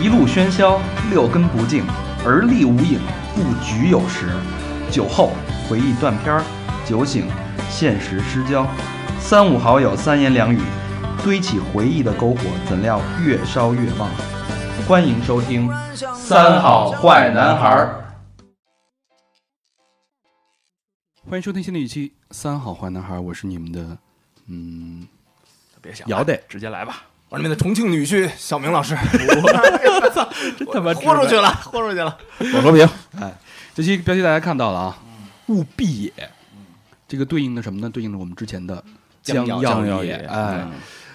一路喧嚣，六根不净，而立无影，不局有时。酒后回忆断片儿，酒醒现实失焦。三五好友三言两语，堆起回忆的篝火，怎料越烧越旺。欢迎收听《三好坏男孩儿》，欢迎收听新的一期《三好坏男孩》，我是你们的，嗯，别想姚了，得直接来吧。我是你们的重庆女婿小明老师， 真他妈豁出去了，豁出去了。我说明，哎，这期标题大家看到了啊，务必也，这个对应的什么呢？对应的我们之前的将要要也，也嗯哎，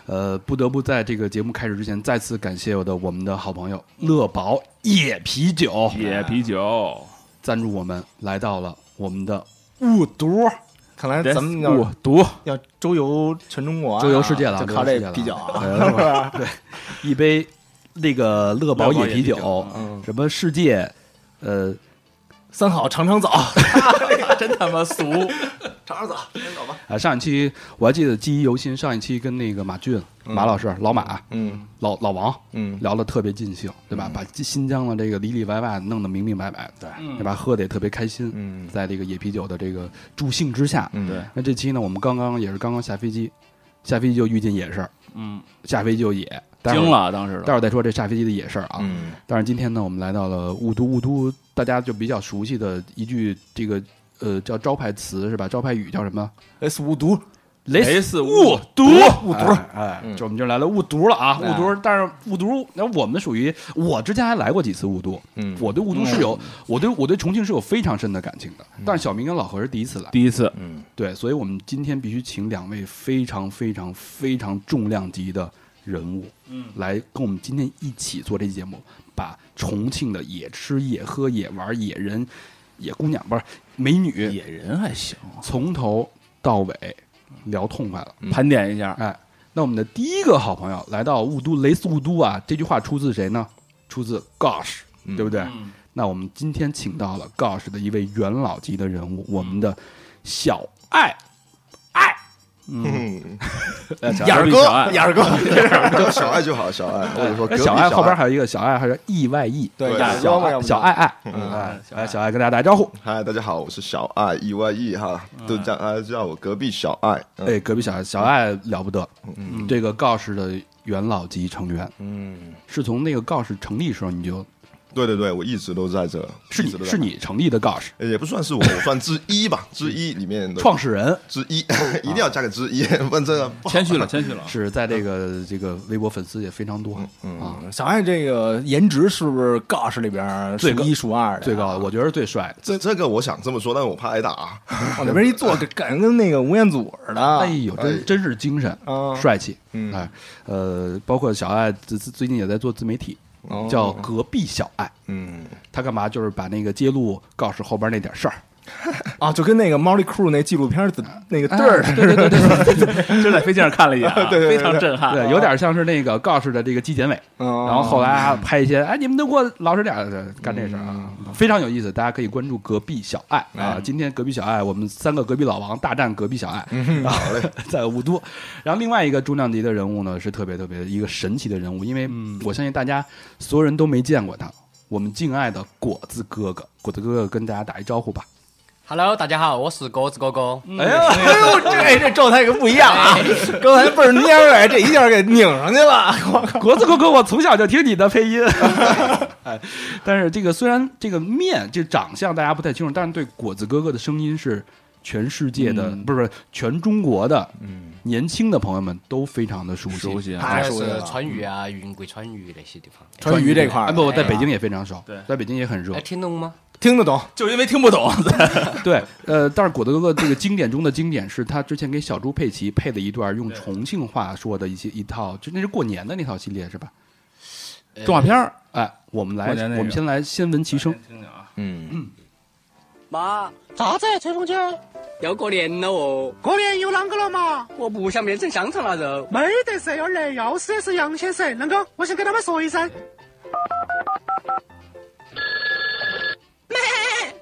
呃，不得不在这个节目开始之前，再次感谢我的我们的好朋友乐宝野啤酒嗯野啤酒，赞助我们，来到了我们的雾毒看来咱们雾要毒。要周游全中国啊，周游世界了，就靠周游世这界了哎啤酒啊， 对，对一杯那个乐宝野啤乐酒，嗯什么世界，呃，三好尝 尝枣，真他妈俗！尝尝枣，尝尝枣吧。啊，上一期我还记得记忆犹新，上一期跟那个马俊、马老师、老马、嗯老老王嗯，聊得特别尽兴，对吧？把新疆的这个里里外外弄得明明白白，对嗯对吧？喝得也特别开心，嗯在这个野啤酒的这个助兴之下，嗯对那这期呢，我们刚刚也是刚刚下飞机，下飞机就遇见野事儿，嗯，下飞机就野，待会儿惊。了，当时的待会儿再说这下飞机的野事儿啊，嗯但是今天呢，我们来到了雾都，雾都大家就比较熟悉的一句这个呃叫招牌词是吧？招牌语叫什么？ ，S 无毒，雷死雾雾毒，雾毒哎，哎嗯就我们就来了雾毒了啊，哎雾毒。但是雾毒，那我们属于我之前还来过几次雾都，嗯我对雾都是有，我对我对重庆是有非常深的感情的。但是小明跟老何是第一次来，第一次嗯对，所以我们今天必须请两位非常非常非常重量级的人物，嗯，来跟我们今天一起做这期节目，把重庆的野吃、野喝、野玩、野人、野姑娘不是美女，野人还行，从头到尾聊痛快了。盘点一下，哎，那我们的第一个好朋友来到雾都雷斯雾都啊，这句话出自谁呢？出自 Gosh，对嗯不对？嗯那我们今天请到了 Gosh 的一位元老级的人物，我们的小爱。 嗯， 眼儿哥，二哥，叫小爱就好，小爱，或者说隔哎壁小爱爱后边还有一个小爱，还有 E Y E，对，对亚小哥嘛，要爱不小爱，爱，嗯哎嗯小爱哎，小爱跟大家打招呼。嗨，大家好，我是小爱 E Y E 哈，都叫大家叫我隔壁小爱。嗯哎，隔壁小爱小爱了不得，这个告示的元老级成员，嗯，是从那个告示成立时候你就对对对，我一直都在这，是一直你都在是，你成立的告示呃也不算是我，我算之 一吧，之一里面的创始人，之一， 一定要加个之一，不然 这个不好 谦虚啊了，谦虚了。是在这个这个微博粉丝也非常多啊，嗯小爱这个颜值是不是 Gosh 里边数最高一数二的？最高的我觉得是最帅的。这这个我想这么说，但是我怕挨打啊。往那边一坐，感觉跟那个吴彦祖似的。哎呦，真真是精神，啊帅气，哎，呃，包括小爱最最近也在做自媒体，叫隔壁小爱，嗯他干嘛就是把那个揭露告示后边那点事儿，啊，就跟那个 Molly Crew 那纪录片儿的那个地对儿对对对对真在飞机上看了一眼啊，对对对非常震撼。对，有点像是那个告示的这个纪检委，哦然后后来还拍一些，哎，你们都给我老实点儿对干这事儿啊，非常有意思，大家可以关注隔壁小爱啊。今天隔壁小爱，我们三个隔壁老王大战隔壁小爱，然后 在雾都，然后另外一个重量级的人物呢是特别特别的一个神奇的人物，因为我相信大家所有人都没见过他。我们敬爱的果子哥哥，果子哥哥跟大家打一招呼吧。 Hello，大家好，我是狗子狗狗。哎呀，哎呦，这哎这状态可不一样啊！哎刚才倍儿蔫儿哎，这一下给拧上去了。我靠！果子哥哥，我从小就听你的 配音。哎，但是这个虽然这个面这长相大家不太清楚，但是对果子哥哥的声音是全世界的，嗯不是不是全中国的嗯，年轻的朋友们都非常的熟悉。熟悉啊，太还熟悉了是川渝啊，云贵川渝那些地方。川渝这块哎儿不，我在北京也非常熟，对在北京也很热哎，。听懂吗？听得懂，就因为听不懂，对，呃，但是果子哥哥这个经典中的经典是他之前给小猪佩奇配的一段用重庆话说的一些一套，就那是过年的那套系列是吧？动画片儿，哎，我们来，呃过年那个我们先来先闻其声。听听啊，嗯，妈，咋子？吹风机？啊要过年了哦，过年有啷个了嘛？我不想变成香肠腊肉。没得事，二雷，要死的是杨先生。啷个？我想跟他们说一声。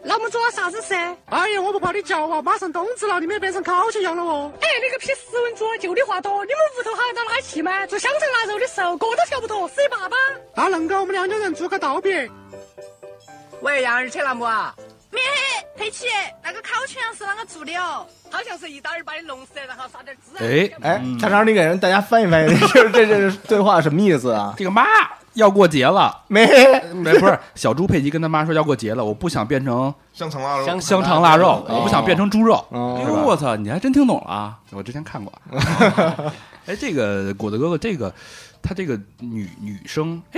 那么做啥子噻？哎呀，我不怕你叫啊，马上冬至了，你们也变成烤全羊了哦。哎，你个屁斯文猪，就你话多，你们屋头喊到哪去吗？做香肠腊肉的时候，锅都挑不脱，是一爸爸。那恁啊个，我们两家人做个道别。喂，杨二车栏目啊，咩？佩奇，那个烤全羊是啷个做的哦？好像是一打二把的龙舌，然后撒点孜哎，哎，叉叉，你给人大家翻译翻译，这这这对话什么意思啊？这个妈要过节了，没，哎，不是小猪佩奇跟他妈说要过节了，我不想变成香肠腊肉，香香肠腊肉，我不想变成猪肉。哎哦呦我操，你还真听懂了啊！我之前看过。 哎，这个果子哥哥，这个他这个女女生，哎哎哎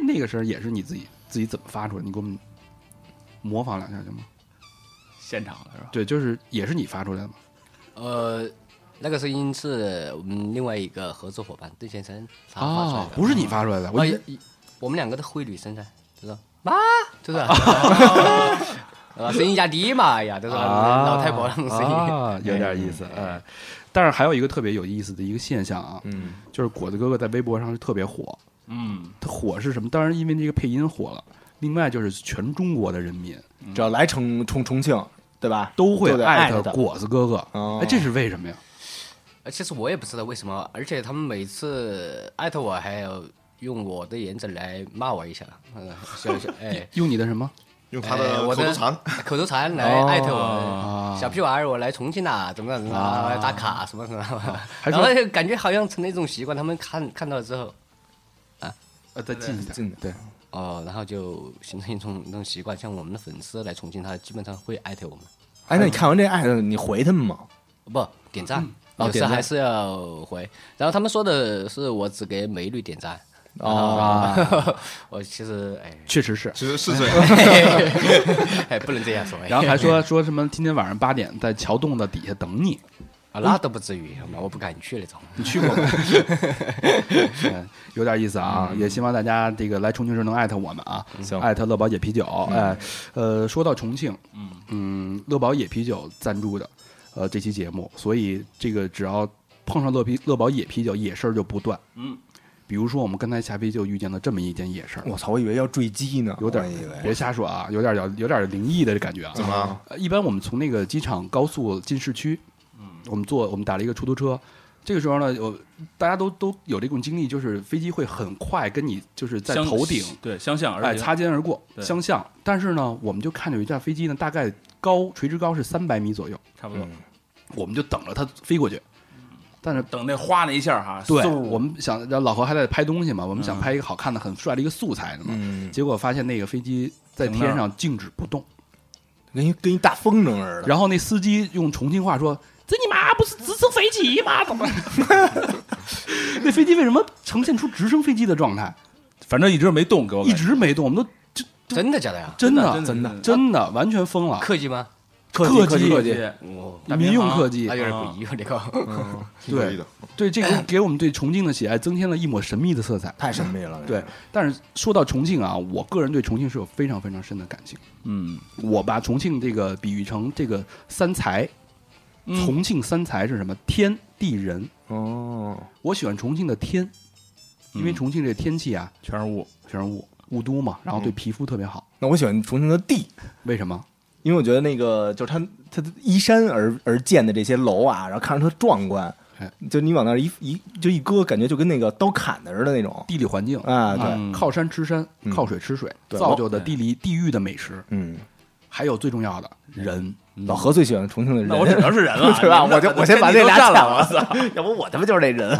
哎，那个声儿也是你自己自己怎么发出来？你给我们模仿两下行吗？现场的是吧？对，就是也是你发出来的吗？呃，那个声音是我们另外一个合作伙伴邓先生他啊发出来哦的，啊不是你发出来的，我我以为也我们两个的会女声噻，知道妈，就是 啊，啊，声音压低嘛，哎呀，就是老太婆那种声音。啊， 有点意思，哎。但是还有一个特别有意思的一个现象啊，嗯，就是果子哥哥在微博上是特别火，嗯，他火是什么？当然因为这个配音火了，另外就是全中国的人民只要来重重重庆，对吧？都会都得艾艾特他果子哥哥，哦哎，这是为什么呀？呃其实我也不知道为什么，而且他们每次艾特我，还要用我的颜值来骂我一下，嗯，是是， 哎。用你的什么？用它哎我的口的头禅，口头禅来哦艾特我，小屁娃儿，我来重庆啦，怎么样怎么样，我要打卡什么什么，啊还然说后就感觉好像成了一种习惯，他们看看到了之后，呃，再近一点，近对，哦，然后就形成一种那种习惯，像我们的粉丝来重庆，他基本上会艾特我们，哎，那你看完这艾特，你回他们吗？不点嗯赞，哦有点时赞还是要回。然后他们说的是我只给美女点赞，哦， 我其实哎啊 确实是。其实是这样，哎不能这样说，哎然 后还说说什么今天晚上八点在桥洞的底下等你，啊那都不至于，好吗我不敢去那种。你去过吗？ 嗯有点意思啊，也希望大家这个来重庆时能艾特我们啊，艾特乐宝野啤酒。哎，呃，说到重庆，嗯乐宝野啤酒赞助的呃这期节目，所以这个只要碰上乐啤乐宝野啤酒，野事儿就不断。嗯，比如说我们刚才下飞机就遇见了这么一件野事儿，我操，我以为要坠机呢，有点我以为别瞎说啊，有点有有点灵异的感觉啊。怎么了？呃一般我们从那个机场高速进市区，嗯我们坐我们打了一个出租车。这个时候呢，有大家都都有这种经历，就是飞机会很快跟你就是在相头顶对相像，而哎且擦肩而过，对相像。但是呢，我们就看着有一架飞机呢，大概高垂直高是三百米左右，差不多。嗯我们就等着它飞过去。但是等那花那一下哈，对，嗖嗯我们想，然后老何还在拍东西嘛，我们想拍一个好看的、很帅的一个素材的嘛，嗯结果发现那个飞机在停那儿天上静止不动。跟一跟一大风筝似的。然后那司机用重庆话说：“这你妈不是直升飞机吗？怎么？那飞机为什么呈现出直升飞机的状态？反正一直没动，给我一感觉直没动，我们都真的假的呀？真真的真的真的完全疯了。客气吗？客客气机客这气些哦，嗯民用客嗯那机，有点诡异哦，这个。挺有意的， 对 这个给我们对重庆的喜爱增添了一抹神秘的色彩。太神秘了，对，但是说到重庆啊，我个人对重庆是有非常非常深的感情。嗯，我把重庆这个比喻成这个三才，嗯重庆三才是什么？天地人。哦，我喜欢重庆的天，因为嗯重庆这天气啊，全是雾，嗯全是雾，雾都嘛，然后对皮肤特别好。那我喜欢重庆的地，为什么？因为我觉得那个就是它它依山而而建的这些楼啊，然后看着特壮观哎，就你往那儿一一就一搁，感觉就跟那个刀砍的似的那种地理环境，啊，对，嗯靠山吃山，嗯靠水吃水，对造就的地理地域的美食，嗯，还有最重要的嗯人。老何最喜欢重庆的人，那我只能是人了， 对吧？你们我就这我先把天这地都俩占抢了，我操！了，要不我他妈就是那人，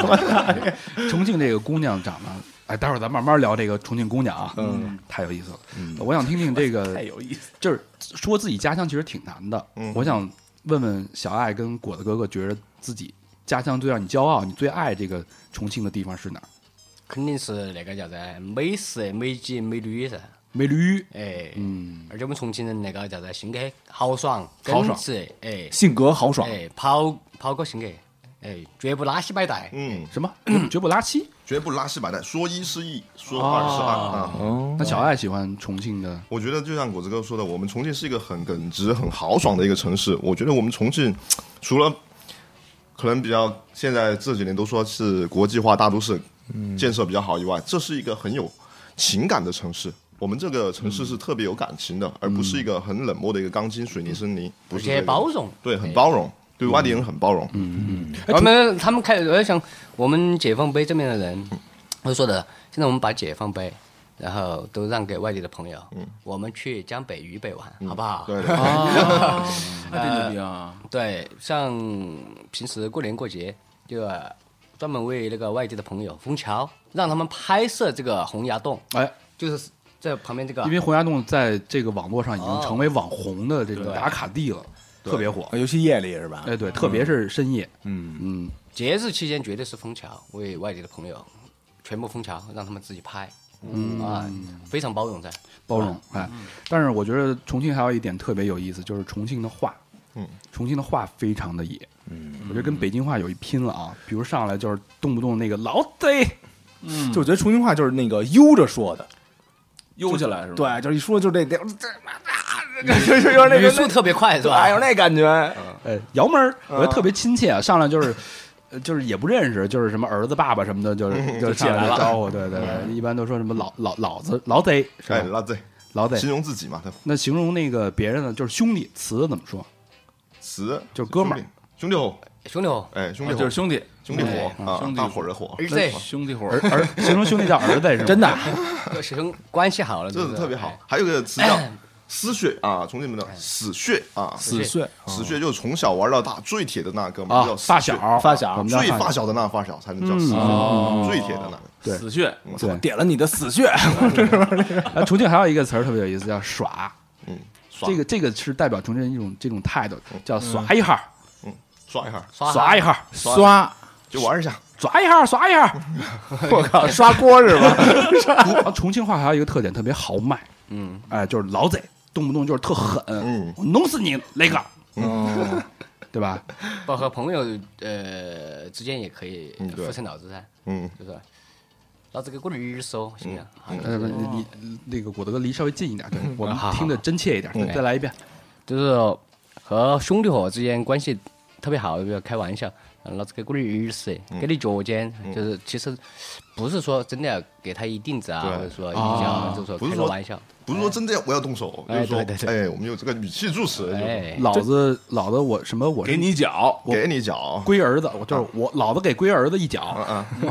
重庆这个姑娘长得，哎，待会儿咱慢慢聊这个重庆姑娘啊，嗯，太有意思了。我想听听这 个太，有意思，就是说自己家乡其实挺难的。嗯我想问问小爱跟果子哥哥，觉得自己家乡最让你骄傲，你最爱这个重庆的地方是哪儿？肯定是那个叫啥美食、美景、美女噻。美驴，哎，嗯，而且我们重庆人那个叫啥性格豪爽、豪爽耿直，哎性格豪爽，哎，跑跑哥性格，哎，绝不拉稀摆带。嗯，什么 绝不拉稀？绝不拉稀摆带，说一是一，说二是二啊。那小爱喜欢重庆的我觉得就像果子哥说的，我们重庆是一个很耿直、很豪爽的一个城市。我觉得我们重庆除了可能比较现在这几年都说嗯是国际化大都市，建设比较好以外，这是一个很有情感的城市。我们这个城市是特别有感情的，而不是一个很冷漠的一个钢筋水泥森嗯林，不而是这且个包容。对，很包容，对外地人很包容，嗯哎我们他们开，我在想，我们解放碑这边的人，我说的，现在我们把解放碑，然后都让给外地的朋友，我们去江北、渝北玩，好不好？嗯对对啊 对太牛逼啊！对，像平时过年过节，就啊专门为那个外地的朋友枫桥，让他们拍摄这个洪崖洞，哎，就是在旁边这个因，为洪崖洞在这个网络上已经哦成为网红的这个打卡地了，特别火。尤其夜里是吧？嗯哎，对，特别是深夜，嗯节日期间绝对是枫桥，为外地的朋友全部枫桥，让他们自己拍，嗯啊，非常包容在。包容哎。但是我觉得重庆还有一点特别有意思，就是重庆的话，嗯，重庆的话非常的野，嗯，我觉得跟北京话有一拼了啊。比如上来就是动不动那个老贼，就我觉得重庆话就是那个悠着说的，悠起来是吧？对，就是一说就这这这 这这哎有点那语个速特别快是对，吧？有那感觉。呃，姚门儿，我觉得特别亲切啊，上来就是。呃就是也不认识，就是什么儿子、爸爸什么的，嗯就是就上来招呼，对对对，一般都说什么老老老子、老贼是哎，吧？那对，啊老贼形，容自己嘛，他那形容那个别人呢，就是兄弟词怎么说？词就是哥们儿兄弟，兄弟伙，兄弟哦伙，哎，兄啊弟就伙是，兄弟，兄弟伙哎啊兄，弟大伙儿的伙，儿子，兄弟伙儿儿形容兄弟叫儿子是吗？真的，兄关系好了，这就是特别好。。还有一个词叫丝血啊，重庆人的死血啊，死嗯碎死血就是从小玩到大，最铁的那哥们儿啊叫，死发血小，发小我们家最发发小，小的那发小才能叫死哦血，最铁的那个。对死穴，对。点了你的死穴，啊，重庆还有一个词儿特别有意思，叫耍。嗯，耍这个这个是代表重庆人一种这种态度，叫耍一下儿，刷一下，耍一下儿，刷，就玩一下，耍一下儿，耍一下儿。我靠，刷锅是吧？然后啊重庆话还有一个特点，特别豪迈，嗯，哎，就是老贼，动不动就是特狠，嗯我弄死你，雷哥，对吧？哎包括朋友呃之间也可以嗯对互相脑子噻，嗯，就是老子给个驴手，行不行？好嗯嗯呃，不你你那个果德哥离稍微近一点，对我们哦好好听得真切一点，嗯对再来一遍。就是和兄弟伙之间关系特别好，比如开玩笑，嗯老子给个驴手，嗯给你脚尖，就是其实不是说真的要给他一定子啊，对啊或者说一脚，就是说不开是个说玩笑，不是说真的我要动手，就哎是说对对，哎，我们有这个语气助词，就是哎，老子老子我什么我是给你脚，给啊你脚，龟儿子，我就是我老子给龟儿子一脚，嗯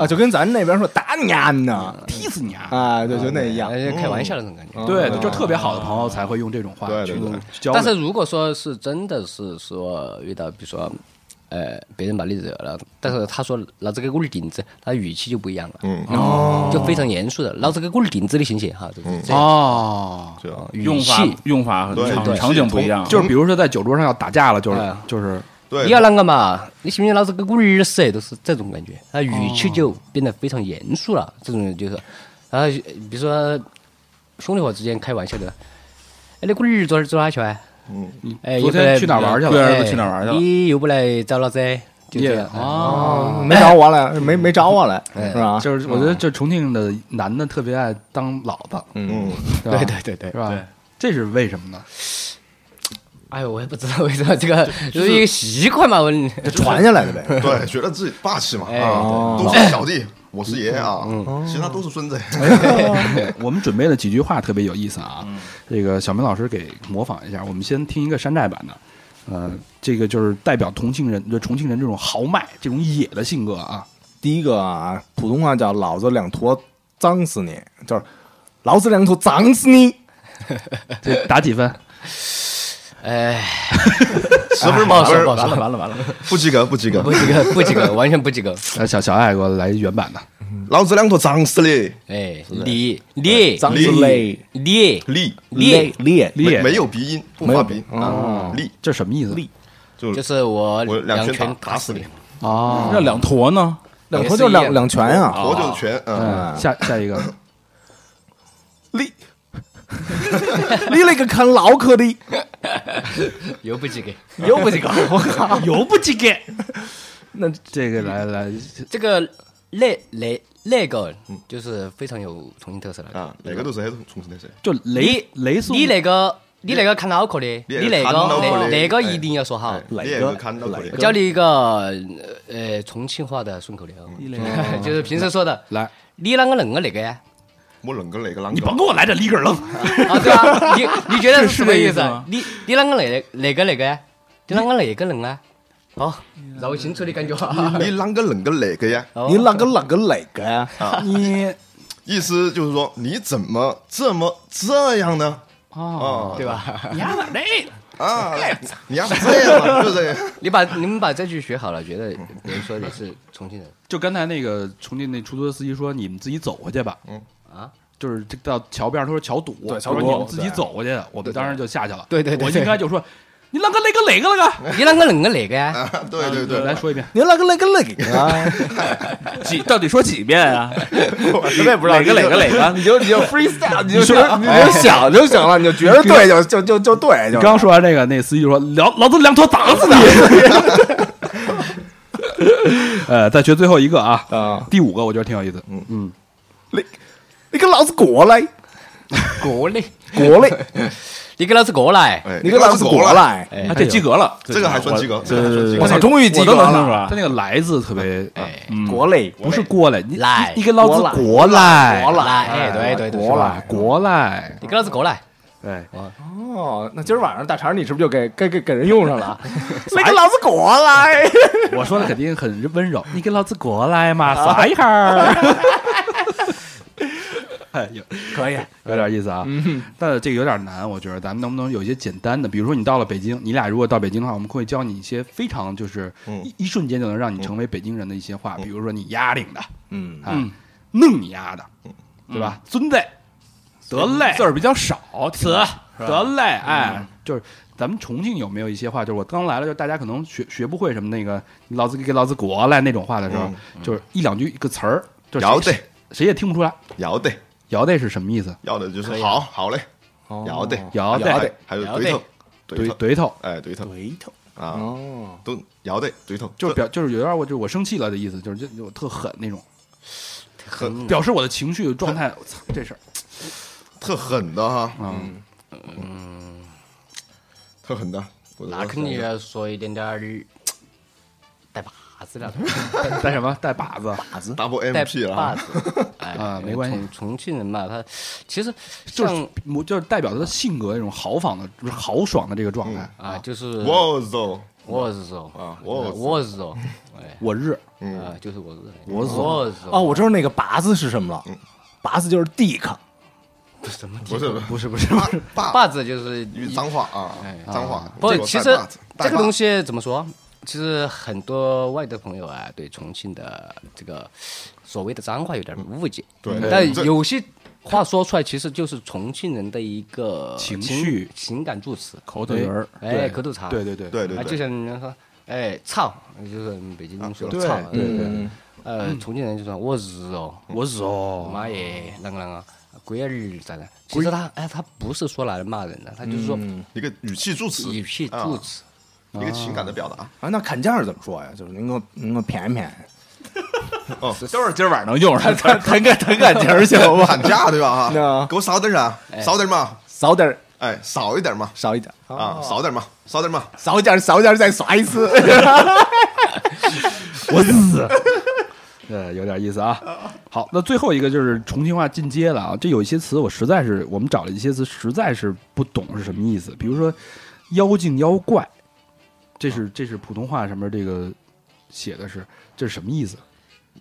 啊，就跟咱那边说打你啊呢，踢死你啊！啊，就就那一样哎。嗯开玩笑那种感觉。对，就特别好的朋友才会用这种话对去对对交流。但是如果说是真的是说遇到，比如说，呃，别人把你惹了，但是他说老子给我的顶子，他语气就不一样了，嗯，哦，就非常严肃的，老子给我的顶子，你行不行？哈，就是这样，哦，这样。语用法气，用法很对场对场景不一样，就是比如说在酒桌上要打架了，就是哎就是对，你要啷个嘛？你信不信老子给我儿死？都是这种感觉，他语气就变得非常严肃了，这种就是，然后比如说兄弟伙之间开玩笑的，哎，你个儿昨儿走哪去啊？嗯，哎，昨天去哪儿玩去又了不来龟儿子去哪儿玩去了你又不来找老子？就这样哎也哦，啊没找我来，没没找我来，是吧？就是我觉得这重庆的男的特别爱当老子，嗯，对吧对对对是对，吧？这是为什么呢？哎呦，我也不知道为什么这个就是一个习惯嘛，我就传下来的呗。对，觉得自己霸气嘛，哎啊，都是小弟，我是爷啊，其他都是孙子。 哎我们准备了几句话特别有意思啊，这个小明老师给模仿一下。我们先听一个山寨版的，呃，这个就是代表重庆人，就重庆人这种豪迈、这种野的性格啊。第一个啊，普通话叫“老子两坨脏死你”，就是“老子两坨脏死你这打几分？哎，十分不好满说，分不，好说，了完了，不及格，不及格不。及格，不及格，完全不及格。来，呃小小爱给我来一原版的。老子两坨脏死嘞，哎，你你脏死嘞，你力你，裂烈没没有鼻音，不发鼻音啊，力这什么意思？就就是我我两拳拳打死死你，，啊，那两坨呢？两坨就两两拳啊！头就是拳，嗯，嗯，下下一 个，立立了个啃老壳的，又不及格。又不及格，我 靠！有不及格。那这个来来，这个那那那个就是非常有重庆特色了。啊，哪个都是还是重庆的谁？就雷你雷速你那个你那个看脑壳的，你你那看脑个壳那的那个哎一定要说好哎。哪个你也有看到过哪一我个教你一个呃 呃重庆话的顺口溜，就是平时说的。来，你啷个恁个那个呀？我冷个哪个啷个？你甭给我来这里个楞，啊，对啊，你你觉得是什么意是这意思思吗？你你啷个那那个那个？你啷个那个人啊？哦，绕清楚的感觉啊。你啷个冷个哪个呀？哦你啷个啷个哪个呀？你意思就是说你怎么这么这样呢？哦，对吧？你丫的啊，你要是这样了，对不对？你把你们把这句学好了，觉得别人说你是重庆人， 就刚才那个重庆那出租车司机说，你们自己走回去吧。嗯啊，就是这到桥边儿，他说桥堵，对桥他说堵你们自己走回去。我们当时就下去了。对对对我对应该就说，你啷个那个哪个了个？你啷个恁个那个呀？啊，对对对，来说一遍，你啷个哪个哪个啊呀？几到底说几遍啊？我实在不知道哪个哪个哪个？你就你就 freestyle，你就你说啊你就想就行了，你就觉得对就就就就对就。你刚说完这个，那司机就说：“老老子两头打死你！” 呃，再学最后一个啊，啊，第五个我觉得挺有意思，你你给老子过来过来，过来，你给老子过来！哎，你给老子过过，来！哎啊，这及格了，这个还算及格，这个还算及我格。操，终于及我格都能听了出。来他。那个“来”字特别，哎，嗯过来，不是过来，你来你你给老子过来，过来，哎，对对对，过来，过来，你给老子过来！哎，哦，那今儿晚上大肠你是不是就给给给给人用上 了？你给老子过来！我说的肯定很温柔，你给老子过来嘛，啥一下儿？哎有可以， 有点意思啊，嗯但这个有点难，我觉得咱们能不能有一些简单的？比如说你到了北京，你俩如果到北京的话，我们会教你一些非常就是嗯一一瞬间就能让你成为北京人的一些话，比如说你丫领的，嗯，哎，弄你丫的，嗯对吧？尊得，得嘞，嗯字儿比较少，此得嘞，嗯哎，就是咱们重庆有没有一些话，就是我刚来了，就大家可能学学不会什么那个你老子给老子过来那种话的时候，就是一两句一个词儿，就是要谁嗯得谁也听不出来，要得，摇得是什么意思？要的就是好好嘞，要得，摇还得还有对头，怼对头，怼头，哎，对头回头啊，哦，都要得对头，就是这表就是有点我就是我生气了的意思，就是这就我特狠那种，很表示我的情绪状态。嗯 我操，这事儿特狠的哈，嗯嗯，特狠的。我那肯定要说一点点儿带把子了，带带什么带把子？ double 带 MP 了把哈，子。 哎啊没关系重重庆人嘛，他其实就是像我就是代表他的性格那种豪放的、就是豪爽的这个状态。啊，就是我操， 我是说啊我我是我是说，我日，嗯啊，就是我是我是我是 哦，我知道那个拔子是什么了，拔子就是 dick，不是不是是不是？爸把子就是与脏话啊，脏话。哎不这，个其带实把子这个东，带西怎么说？其实很多外地朋友啊，对重庆的这个所谓的脏话有点误解。嗯对但这有些话说出来，其实就是重庆人的一个情情绪情感助词。口头人儿，哎，对口头禅。对对对把对对啊，就对，像人家说，哎，操，就是我们北京人说的对操。对对嗯。呃，重庆人就说我日哦，我日哦，妈耶，啷个啷个，龟儿咋的？其实他哎，他不是说拿来骂人的，他就是说一个语气助词，语气啊助词。一个情感的表达。啊，那砍价儿怎么说呀？就是您给我，您给我便宜便 宜，都是今儿晚上能用上。谈个谈感情行我？喊价对吧？ 那哈，给我少点啊，哎少点嘛， 少点儿，哎，少一点嘛，少一点儿，啊，少点嘛，少点嘛，少一点儿，少一点儿，再耍一次。 我死。呃，有点意思啊。好，那最后一个就是重庆话进阶了啊。这有一些词我实在是，我们找了一些词，实在是不懂是什么意思。比如说“妖精”“妖怪”，这是这是普通话上面这个写的是这是什么意思？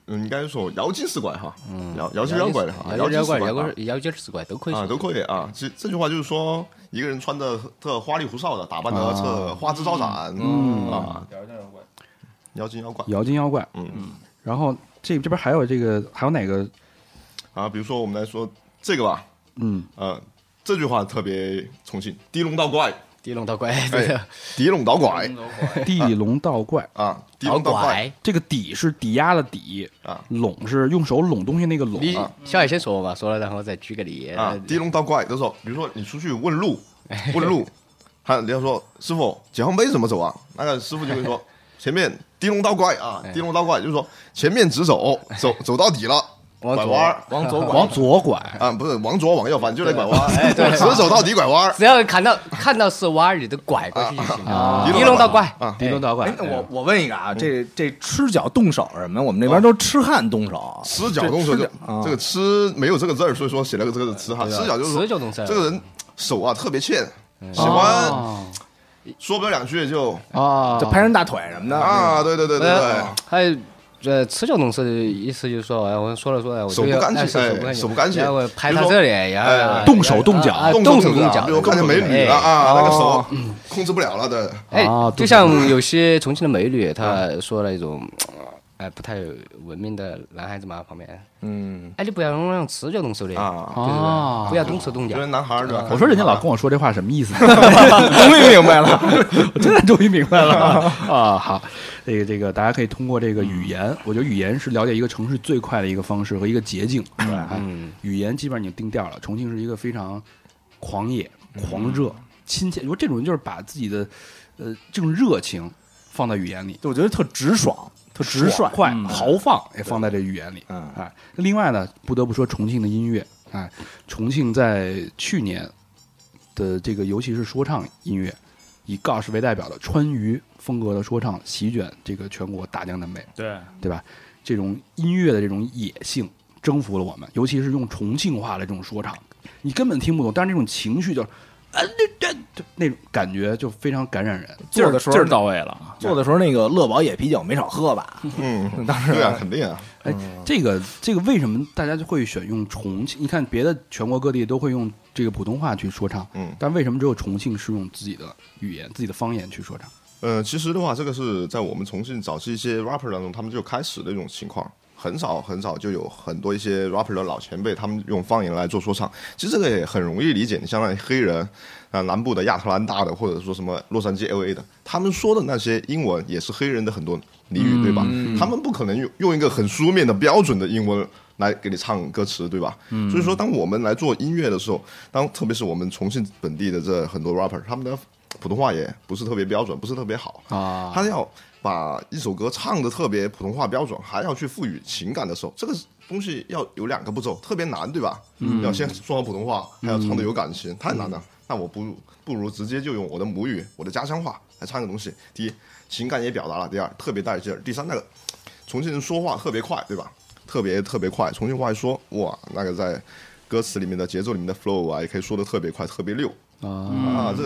嗯，应该说摇金是怪哈，摇摇嗯摇金金妖怪的哈，摇金摇是怪，怪摇啊怪摇金是怪都可以啊，说都可以啊。其实这句话就是说，一个人穿的特花里胡哨的，打扮的特花枝招展，啊嗯啊，妖精妖怪妖精妖怪，嗯然后这这边还有这个还有哪个？啊。比如说我们来说这个吧，嗯，呃，这句话特别重庆，狄龙倒拐，地龙到怪， 哎这个狄龙倒拐地龙倒怪，啊，狄倒龙倒拐拐。这个底是抵押的底啊，拢是用手拢东西那个拢，啊你小野先说吧，说了然后再举个例。呃啊，狄龙倒拐的时候，比如说你出去问路，问路， 他人家说师傅解放碑怎么走啊？那个师傅就会说前面狄龙倒拐啊，狄龙倒拐就是说前面直走，走走到底了往拐左弯儿往左拐，往左拐，啊，不是往左往右，反正就得拐弯，哎，对，死守到底拐 弯，只要看到看到是弯儿，你就拐过去就行了，啊一弄到拐。啊，狄龙倒拐哎，，那我我问一个啊，这这吃脚动手是什么的，我们那边都吃汉啊动手，吃脚动手就啊这个吃没有这个字儿，所以说写了个这个词哈，吃脚就是说吃脚动手这个人手啊特别欠，喜欢说不了两句就啊，就拍人大腿什么的啊，对对对对对，还有呃这赤脚动手的意思就是说，哎，我说了说了，我手不这个干净哎哎手手不干净然后拍他比如说这里，然后哎哎动手动脚啊动动手动脚，比如看见美女了哎嗯啊，那个手控制不了了，对，哎啊，对就像有些重庆的美女，她说那种，哎，不太文明的男孩子嘛，旁边，嗯，哎，你不要用那种持久动手的啊就是啊不要动手动脚因为，男孩儿对吧？我说人家老跟我说这话什么意思？ 终于明白了，我真的终于明白了啊！好，这个这个，大家可以通过这个语言，我觉得语言是了解一个城市最快的一个方式和一个捷径。嗯，语言基本上已经定调了。重庆是一个非常狂野、狂热、亲切。你说这种人就是把自己的呃这种热情放在语言里，就 我觉得特直爽，特直率，快、豪放也放在这语言里。嗯哎，那另外呢，不得不说重庆的音乐，哎，重庆在去年的这个，尤其是说唱音乐，以告示为代表的川渝风格的说唱席卷这个全国大江南北，对，对吧？这种音乐的这种野性征服了我们，尤其是用重庆话的这种说唱，你根本听不懂，但是这种情绪就是。啊，那那就那种感觉就非常感染人，劲做儿的时劲候儿到位了，啊做的时候那个乐宝野啤酒没少喝吧？嗯，当时对啊，肯定啊，哎，这个这个为什么大家就会选用重庆？你看别的全国各地都会用这个普通话去说唱，嗯但为什么只有重庆是用自己的语言、自己的方言去说唱？呃，其实的话，这个是在我们重庆早期一些 rapper 当中，他们就开始的一种情况，很少很少就有很多一些 rapper 的老前辈，他们用方言来做说唱。其实这个也很容易理解，你像那黑人啊、南部的亚特兰大的，或者说什么洛杉矶 LA 的，他们说的那些英文也是黑人的很多俚语，对吧？他们不可能用用一个很书面的标准的英文。来给你唱歌词，对吧？所以说，当我们来做音乐的时候，当特别是我们重庆本地的这很多 rapper，他们的普通话也不是特别标准，不是特别好啊。他要把一首歌唱的特别普通话标准，还要去赋予情感的时候，这个东西要有两个步骤，特别难，对吧？嗯、要先说好普通话，还要唱的有感情，太难了。那我不不如直接就用我的母语，我的家乡话来唱个东西。第一，情感也表达了；第二，特别带劲儿；第三，那个重庆人说话特别快，对吧？特别特别快，重庆话一说，哇，那个在歌词里面的节奏里面的 flow 啊，也可以说的特别快，特别溜。啊，这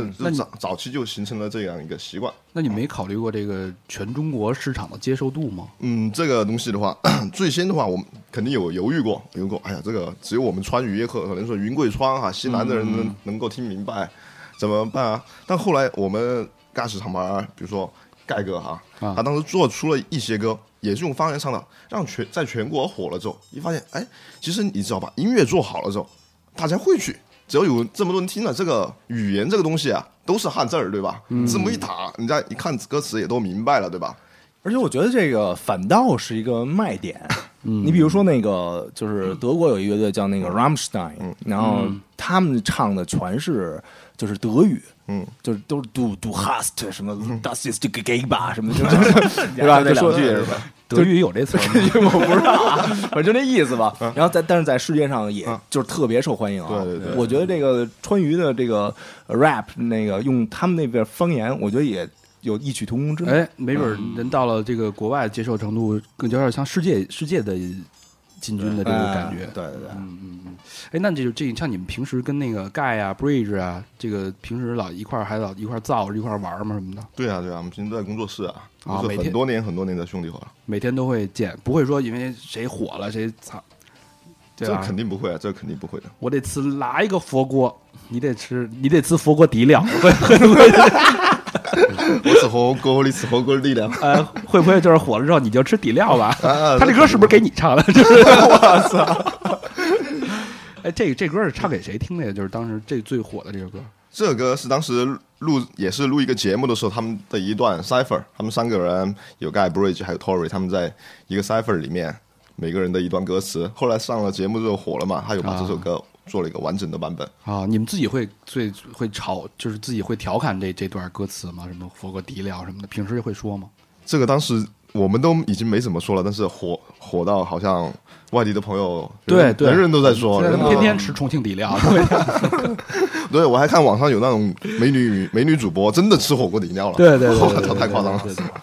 嗯那这你早早期就形成了这样一个习惯。那你没考虑过这个全中国市场的接受度吗？嗯，这个东西的话， 最先的话，我们肯定有犹豫过，犹豫过。哎呀，这个只有我们川渝可可能说云贵川哈、西南的人能、能够听明白，怎么办啊？但后来我们干市场牌，比如说盖哥哈、啊他当时做出了一些歌，也是用方言唱的，让全在全国火了之后，一发现，哎，其实你知道吧，音乐做好了之后，大家会去。只要有这么多人听了这个语言这个东西啊，都是汉字儿对吧？字母一打，人家一看歌词也都明白了对吧？而且我觉得这个反倒是一个卖点。你比如说那个，就是德国有一乐队叫那个嗯 Ramstein，、然后嗯他们唱的全是就是德语，嗯，就是都是 du du hast 什么 das ist g e g b a 什么的，就是 对吧？就说两句是吧？德语有这词 儿吗？我不知道啊，反正就那意思吧。然后在但是在世界上也就是特别受欢迎啊。对对对我觉得这个川渝的这个呃 rap 那个用他们那边方言，我觉得也有异曲同工之 妙。哎，没准儿人到了这个国外接受程度更有点像世界世界的进军的这个感觉哎。对对对，哎，那这就这像你们平时跟那个盖啊、Bridge 啊，这个平时老一块儿还老一块儿造一块儿玩儿吗什么的？对啊，对啊，我们平时都在工作室啊，啊都是每天很多年很多年的兄弟伙了，每天都会见，不会说因为谁火了谁操，对这吧？肯定不会啊，这肯定不会的。 我得吃哪一个佛锅，你得吃，你得吃佛锅底 料，会我吃火锅，你吃火锅的力量。呃会不会就是火了之后你就吃底料 吧？啊他这歌是不是给你 唱的？就是我操！ 哎，这这歌是唱给谁听的呀？就是当时这最火的这个歌这首歌是当时录也是录一个节目的时候，他们的一段 cipher，他们三个人有盖 Bridge 还有 Tory，他们在一个 cipher 里面每个人的一段歌词。后来上了节目之后火了嘛，他又把这首歌做了一个完整的版本。啊！你们自己会最会嘲，就是自己会调侃这这段歌词吗？什么佛锅底料什么的，平时会说吗？这个当时我们都已经没怎么说了，但是火火到好像外地的朋友对人对人人都在现说，在人他们都天天吃重庆底料，对对我还看网上有那种美女美女主播真的吃火锅底料了， 对对对我对对操，太夸张了对。对对对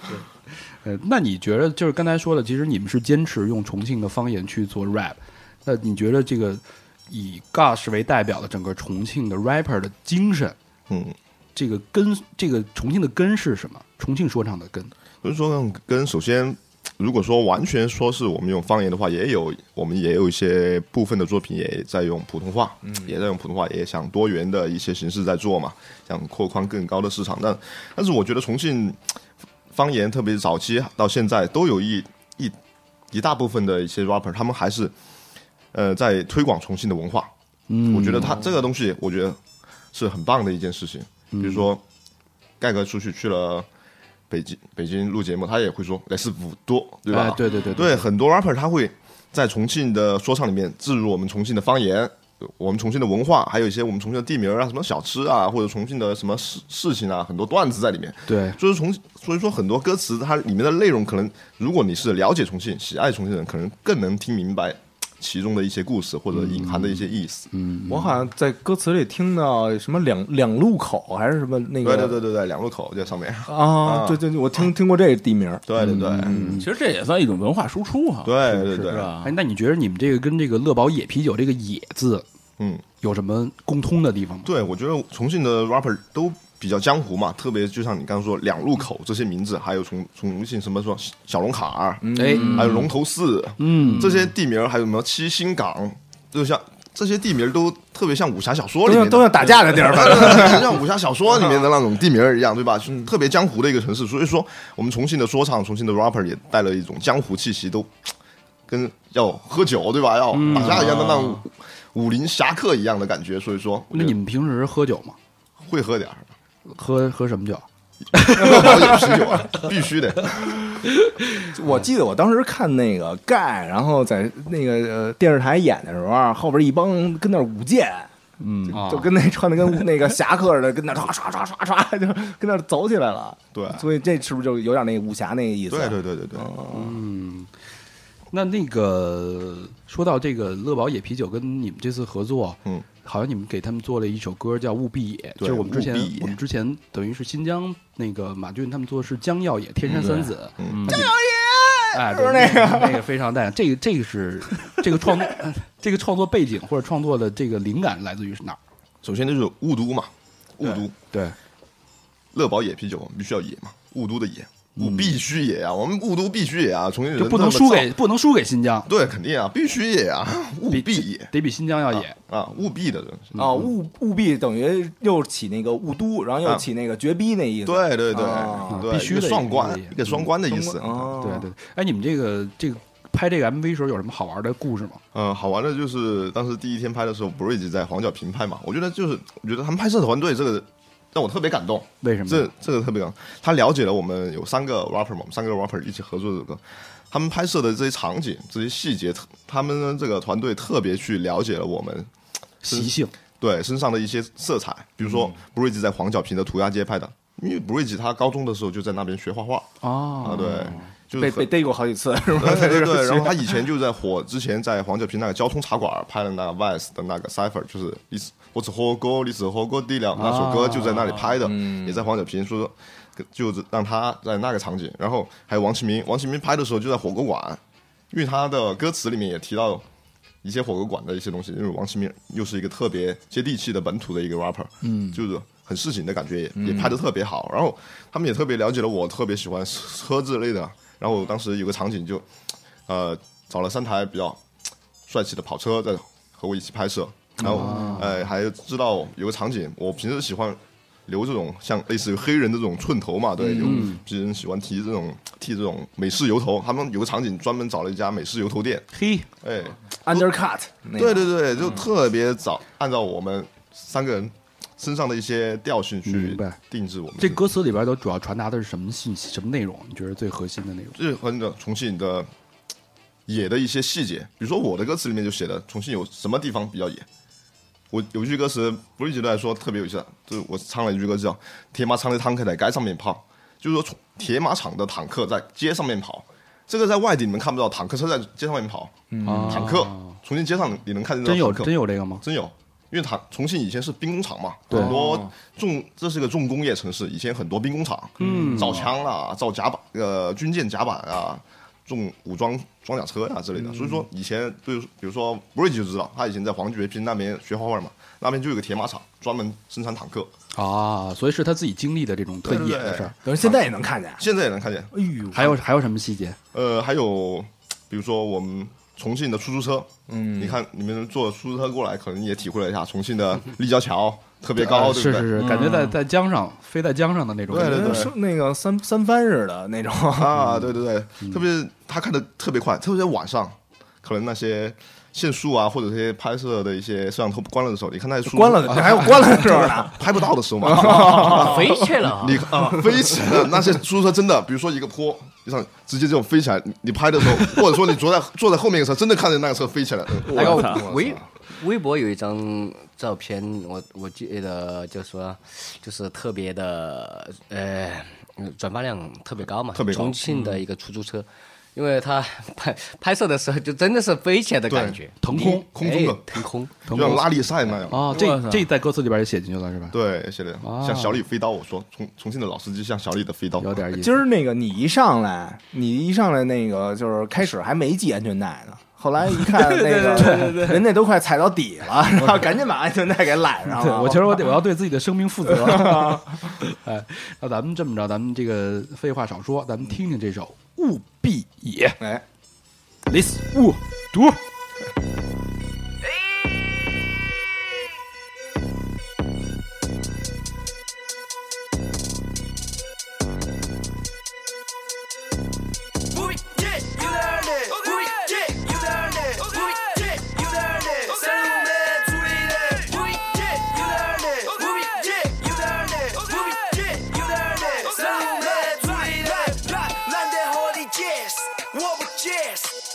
呃，那你觉得就是刚才说的，其实你们是坚持用重庆的方言去做 rap，那你觉得这个以 Gush 为代表的整个重庆的 rapper 的精神，嗯，这个根，这个重庆的根是什么？重庆说唱的根，所以说呢，跟首先，如果说完全说是我们用方言的话，也有我们也有一些部分的作品也在用普通话，嗯也在用普通话，也想多元的一些形式在做嘛，想扩宽更高的市场。但但是我觉得重庆方言，特别是早期到现在，都有一一一大部分的一些 rapper，他们还是呃在推广重庆的文化。嗯，我觉得他这个东西，我觉得是很棒的一件事情。比如说，盖哥出去去了。北京北京录节目，他也会说来是五多，啊对吧？哎对对对对对，很多 rapper 他会在重庆的说唱里面置入我们重庆的方言。我们重庆的文化，还有一些我们重庆的地名啊，什么小吃啊，或者重庆的什么事事情啊，很多段子在里面。对，所以重，所以说很多歌词它里面的内容，可能如果你是了解重庆、喜爱重庆的人，可能更能听明白其中的一些故事或者隐含的一些意思。嗯我好像在歌词里听到什么两两路口还是什么那嗯个对对对对对，两路口在上面。 啊，对对，对我听听过这个地名，对对对，嗯其实这也算一种文化输出哈，对对对是，吧哎，？那你觉得你们这个跟这个乐宝野啤酒这个“野”字嗯。有什么共通的地方吗？对，我觉得重庆的 rapper 都比较江湖嘛，特别就像你刚刚说两路口这些名字，还有重重庆什么说小龙坎儿，嗯哎，还有龙头寺，嗯，这些地名儿，还有什么七星岗，就像这些地名儿都特别像武侠小说都里像面都的。 像打架的地儿吧。就像武侠小说里面的那种地名儿一样，对吧？就是特别江湖的一个城市，所以说我们重庆的说唱、重庆的 rapper 也带了一种江湖气息，都跟要喝酒，对吧？要打架一样的那种嗯武林侠客一样的感觉。所以说，我那觉你得们平时喝酒吗？会喝点儿，喝喝什么酒？乐宝也啤酒啊，必 须的。 我记得我当时看那个盖，然后在那个呃电视台演的时候啊，后边一帮跟那儿舞剑，嗯，就跟那穿的跟那个 侠客似的，跟那儿唰唰唰唰唰就跟那儿走起来了。对所以这是不是就有点那武侠那个意思？啊嗯对对对对对，哦那那个说到这个乐宝野啤酒跟你们这次合作，嗯，好像你们给他们做了一首歌叫《务必野》，就对是我们之前务必野我们之前等于是新疆那个马俊他们做的是江耀野天山三子，嗯江耀野，哎，就是那个那个非常带，这个这个是这个创作 这个创作背景或者创作的这个灵感来自于是哪儿？首先就是雾都嘛，雾都对，乐宝野啤酒，我们必须要野嘛，雾都的野，雾必须野啊，我们雾都必须野啊，重庆人嗯就不能这么输造给，不能输给新疆，对，肯定啊，必须 野啊，务比必野得比新疆要野，哦啊，务必的人，啊，务务必等于又起那个雾都，然后又啊起那个绝逼那意思。对对对啊对，必须一的嗯个双关，野一个双关的意思。哦，啊对对。对。哎，你们这个这个拍这个 MV 时候有什么好玩的故事吗？嗯，好玩的就是当时第一天拍的时候，Bridge 在黄角坪拍嘛，我觉得就是我觉得他们拍摄团队这个让我特别感动，为什么？这这个特别刚，他了解了我们有三个 rapper 嘛，我们三个 rapper 一起合作这首歌，他们拍摄的这些场景、这些细节，特他们这个团队特别去了解了我们习性，对身上的一些色彩，比如说嗯 Bridge 在黄角坪的涂鸦街拍的，因为 Bridge 他高中的时候就在那边学画画哦啊，对，就是被很被逮过好几次， 是吧？对对对，然后他以前就在火之前在黄九平那个交通茶馆拍了那个 Vice 的那个 Cipher，就是历史我只喝过历史喝过地两那首歌就在那里拍的，也在黄九平说，就是让他在那个场景，然后还有王启明，王启明拍的时候就在火锅馆，因为他的歌词里面也提到一些火锅馆的一些东西，因为王启明又是一个特别接地气的本土的一个 rapper，嗯，就是很市井的感觉也，也、拍的特别好。然后他们也特别了解了我特别喜欢车之类的。然后我当时有个场景就，呃，找了三台比较帅气的跑车在和我一起拍摄，然后、哦呃还知道有个场景，我平时喜欢留这种像类似于黑人的这种寸头嘛，嗯对，有别人喜欢剃这种剃这种美式油头，他们有个场景专门找了一家美式油头店，嘿，哎， undercut，那对个对对，嗯就特别早，按照我们三个人身上的一些调性明去白定制我们这歌词里边都主要传达的是什么信息、什么内容？你觉得最核心的内容？就是和那个重庆的呃野的一些细节，比如说我的歌词里面就写的重庆有什么地方比较野。我有一句歌啊词，不是一直都在说特别有意思，就是我唱了一句歌词叫“天妈唱的汤可在街上面泡”，就是说从铁马厂的坦克在街上面跑，这个在外地你们看不到，坦克车在街上面跑，哦啊坦克重庆街上你能看见真有坦克真有这个吗？真有，因为它重庆以前是兵工厂嘛，对很多重这是个重工业城市，以前很多兵工厂，嗯，造枪啦，造甲板，呃，军舰甲板啊，重武装装甲车呀、之类的。所以说以前，比如比如说不瑞吉就知道，他以前在黄菊平那边学画画嘛，那边就有个铁马厂，专门生产坦克，啊，所以是他自己经历的这种特对野对的对事儿。等于现在也能看见。现在也能看见。哎呦，还有还有什么细节？呃，还有比如说我们。重庆的出租车，嗯，你看你们坐出租车过来，可能也体会了一下重庆的立交桥特别高，呃对是不对？是是，感觉嗯在在江上飞在江上的那种感觉。对对跟对是那个三三番似的那 种，啊，对对对，特别是他看的特别快，特别是晚上，可能那些限速啊，或者这些拍摄的一些摄像头关了的时候，你看那些速关了的还有关了的时候 呢。拍不到的时 候嘛，飞起来了啊你啊飞起来了，那些出租车真的，比如说一个坡，你想直接这种飞起来，你你拍的时候，或者说你坐在坐在后面的时候，真的看见那个车飞起来了，哎那我个微 微博有一张照片，我我记得就说就是特别的呃转发量特别高嘛，特别高嗯重庆的一个出租车。因为他 拍拍摄的时候，就真的是飞起来的感觉，腾空你空中的哎腾空，就像拉力赛那样。哦，哇这塞这在歌词里边也写进去了是吧？对，写的像小李飞刀，我说重重庆的老司机像小李的飞刀，有点意思。今儿那个你一上来，你一上来那个就是开始还没系安全带呢，后来一看那个人家都快踩到底了，然后赶紧把安全带给揽上啊对，了。我觉得我得我要对自己的生命 负责。哎，那咱们这么着，咱们这个废话少说，咱们听听这首《务必也》哎， ，This 务读。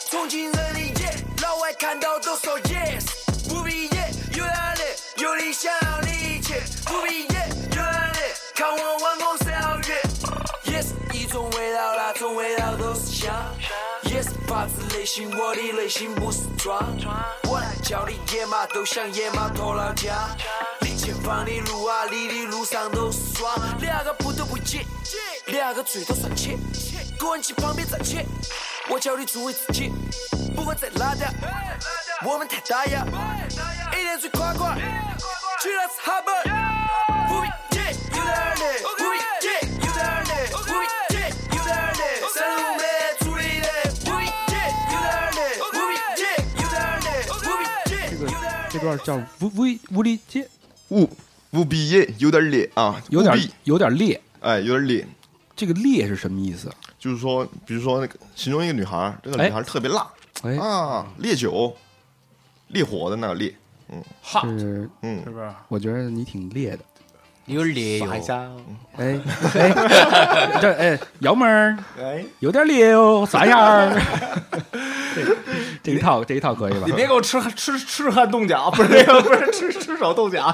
重庆人的夜，老外看到都说 yes，不必夜，有点累，有理想的一切，不必夜，有点累，看我弯弓绕月，yes，一种味道，那种味道都是香，yes，发自内心，我的内心不是装，我来教你野马，都像野马脱了缰，你前方的路啊，你的路上都是霜，两个不得不接，两个嘴都算切，滚去旁边站起。我教你做为自己，不管在哪点，我们太打压，一脸最夸夸，去了是哈本，不一定有点累，不一定有点累，不一定有点累，山路没处理的，不一定有点累，不一定有点累，不一定。这个这段叫无无无理解，务务必业有点脸啊，有务点必有点烈。哎有点脸，这个烈是什么意思？就是说，比如说那个形容一个女孩儿，这个哎女孩儿特别辣、哎，啊，烈酒，烈火的那个烈，是嗯，我觉得你挺烈的。有猎哟，哎哎，这哎，姚妹儿哎，有点烈哦，啥样儿？这这一套这一套可以吧你？别给我吃吃吃汗冻脚， 啊不是那个，不是吃吃手 冻脚。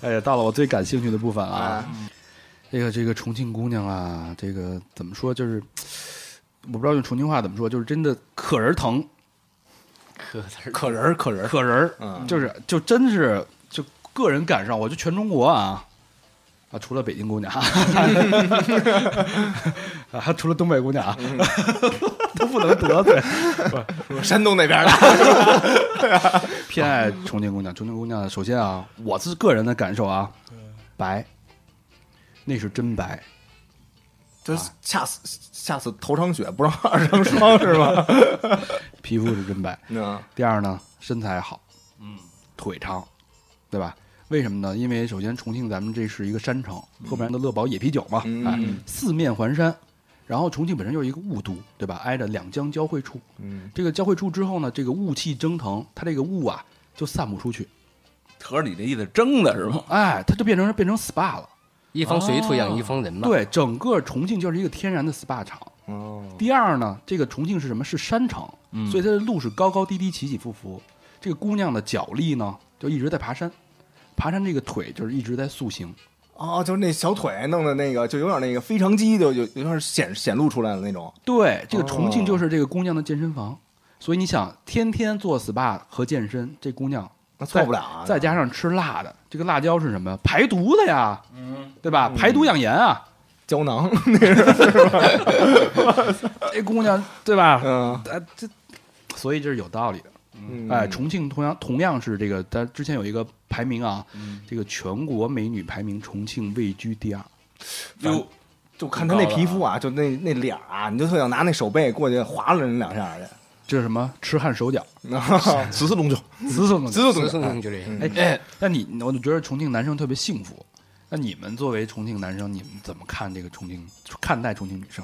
哎呀，到了我最感兴趣的部分啊，这个这个重庆姑娘啊，这个怎么说就是，我不知道用重庆话怎么说，就是真的可人疼，可人儿可人儿，可人儿，就是就真是就个人感受，我就全中国啊啊，除了北京姑娘啊， 啊除了东北姑娘啊， 都不能得罪，山东那边的。偏爱重庆姑娘。重庆姑娘，首先啊，我自个人的感受啊，白，那是真白。就是下次下次头场雪不让二成双是吧？皮肤是真白， 嗯，第二呢，身材好，嗯，腿长，对吧？为什么呢？因为首先重庆咱们这是一个山城，喝不然的乐宝野啤酒嘛，嗯哎，四面环山。然后重庆本身就是一个雾都，对吧？挨着两江交汇处，嗯，这个交汇处之后呢，这个雾气蒸腾，它这个雾啊就散不出去，合着你这意思蒸的是吗？哎，它就变成变成 SPA 了。一方水土养一方人嘛。，对，整个重庆就是一个天然的 SPA 厂。哦第二呢，这个重庆是什么？是山城，嗯所以它的路是高高低低、起起伏伏。这个姑娘的脚力呢，就一直在爬山，爬山这个腿就是一直在塑形，哦，就是那小腿弄的那个，就有点那个非常肌，就有有点显显露出来的那种。对，这个重庆哦就是这个姑娘的健身房，所以你想，天天做 SPA 和健身，这姑娘那再错不了啊再加上吃辣的，这个辣椒是什么呀？排毒的呀，嗯对吧？排毒养颜啊， 胶囊，这姑娘对吧？呃嗯呃，这所以这是有道理的。嗯哎，重庆同样同样是这个，它之前有一个排名啊，嗯这个全国美女排名，重庆位居啊第二。哟，就看他那皮肤啊，就那那脸儿啊，你就特想拿那手背过去划了人两下去。这是什么？痴汉手 脚，嗯十四龙九，死死死。这是宋同学的，哎，那你我就觉得重庆男生特别幸福。那你们作为重庆男生，你们怎么看这个重庆看待重庆女 生？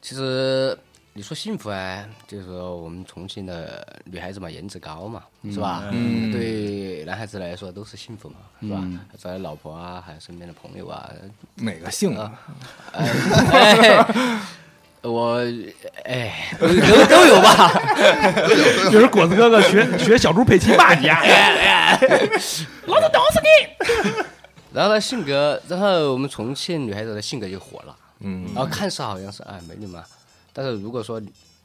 其实你说幸福啊，就是说我们重庆的女孩子嘛，颜值高嘛，是吧？嗯，对男孩子来说都是幸福嘛，是吧？作为老婆啊，还有身边的朋友啊， 哪个姓啊？哎，我哎都都都有吧，这是果子哥哥学学小猪佩奇骂你呀？然后呢，性格，然后我们重庆女孩子的性格就火了，嗯，然后看似好像是哎美女嘛，但是如果说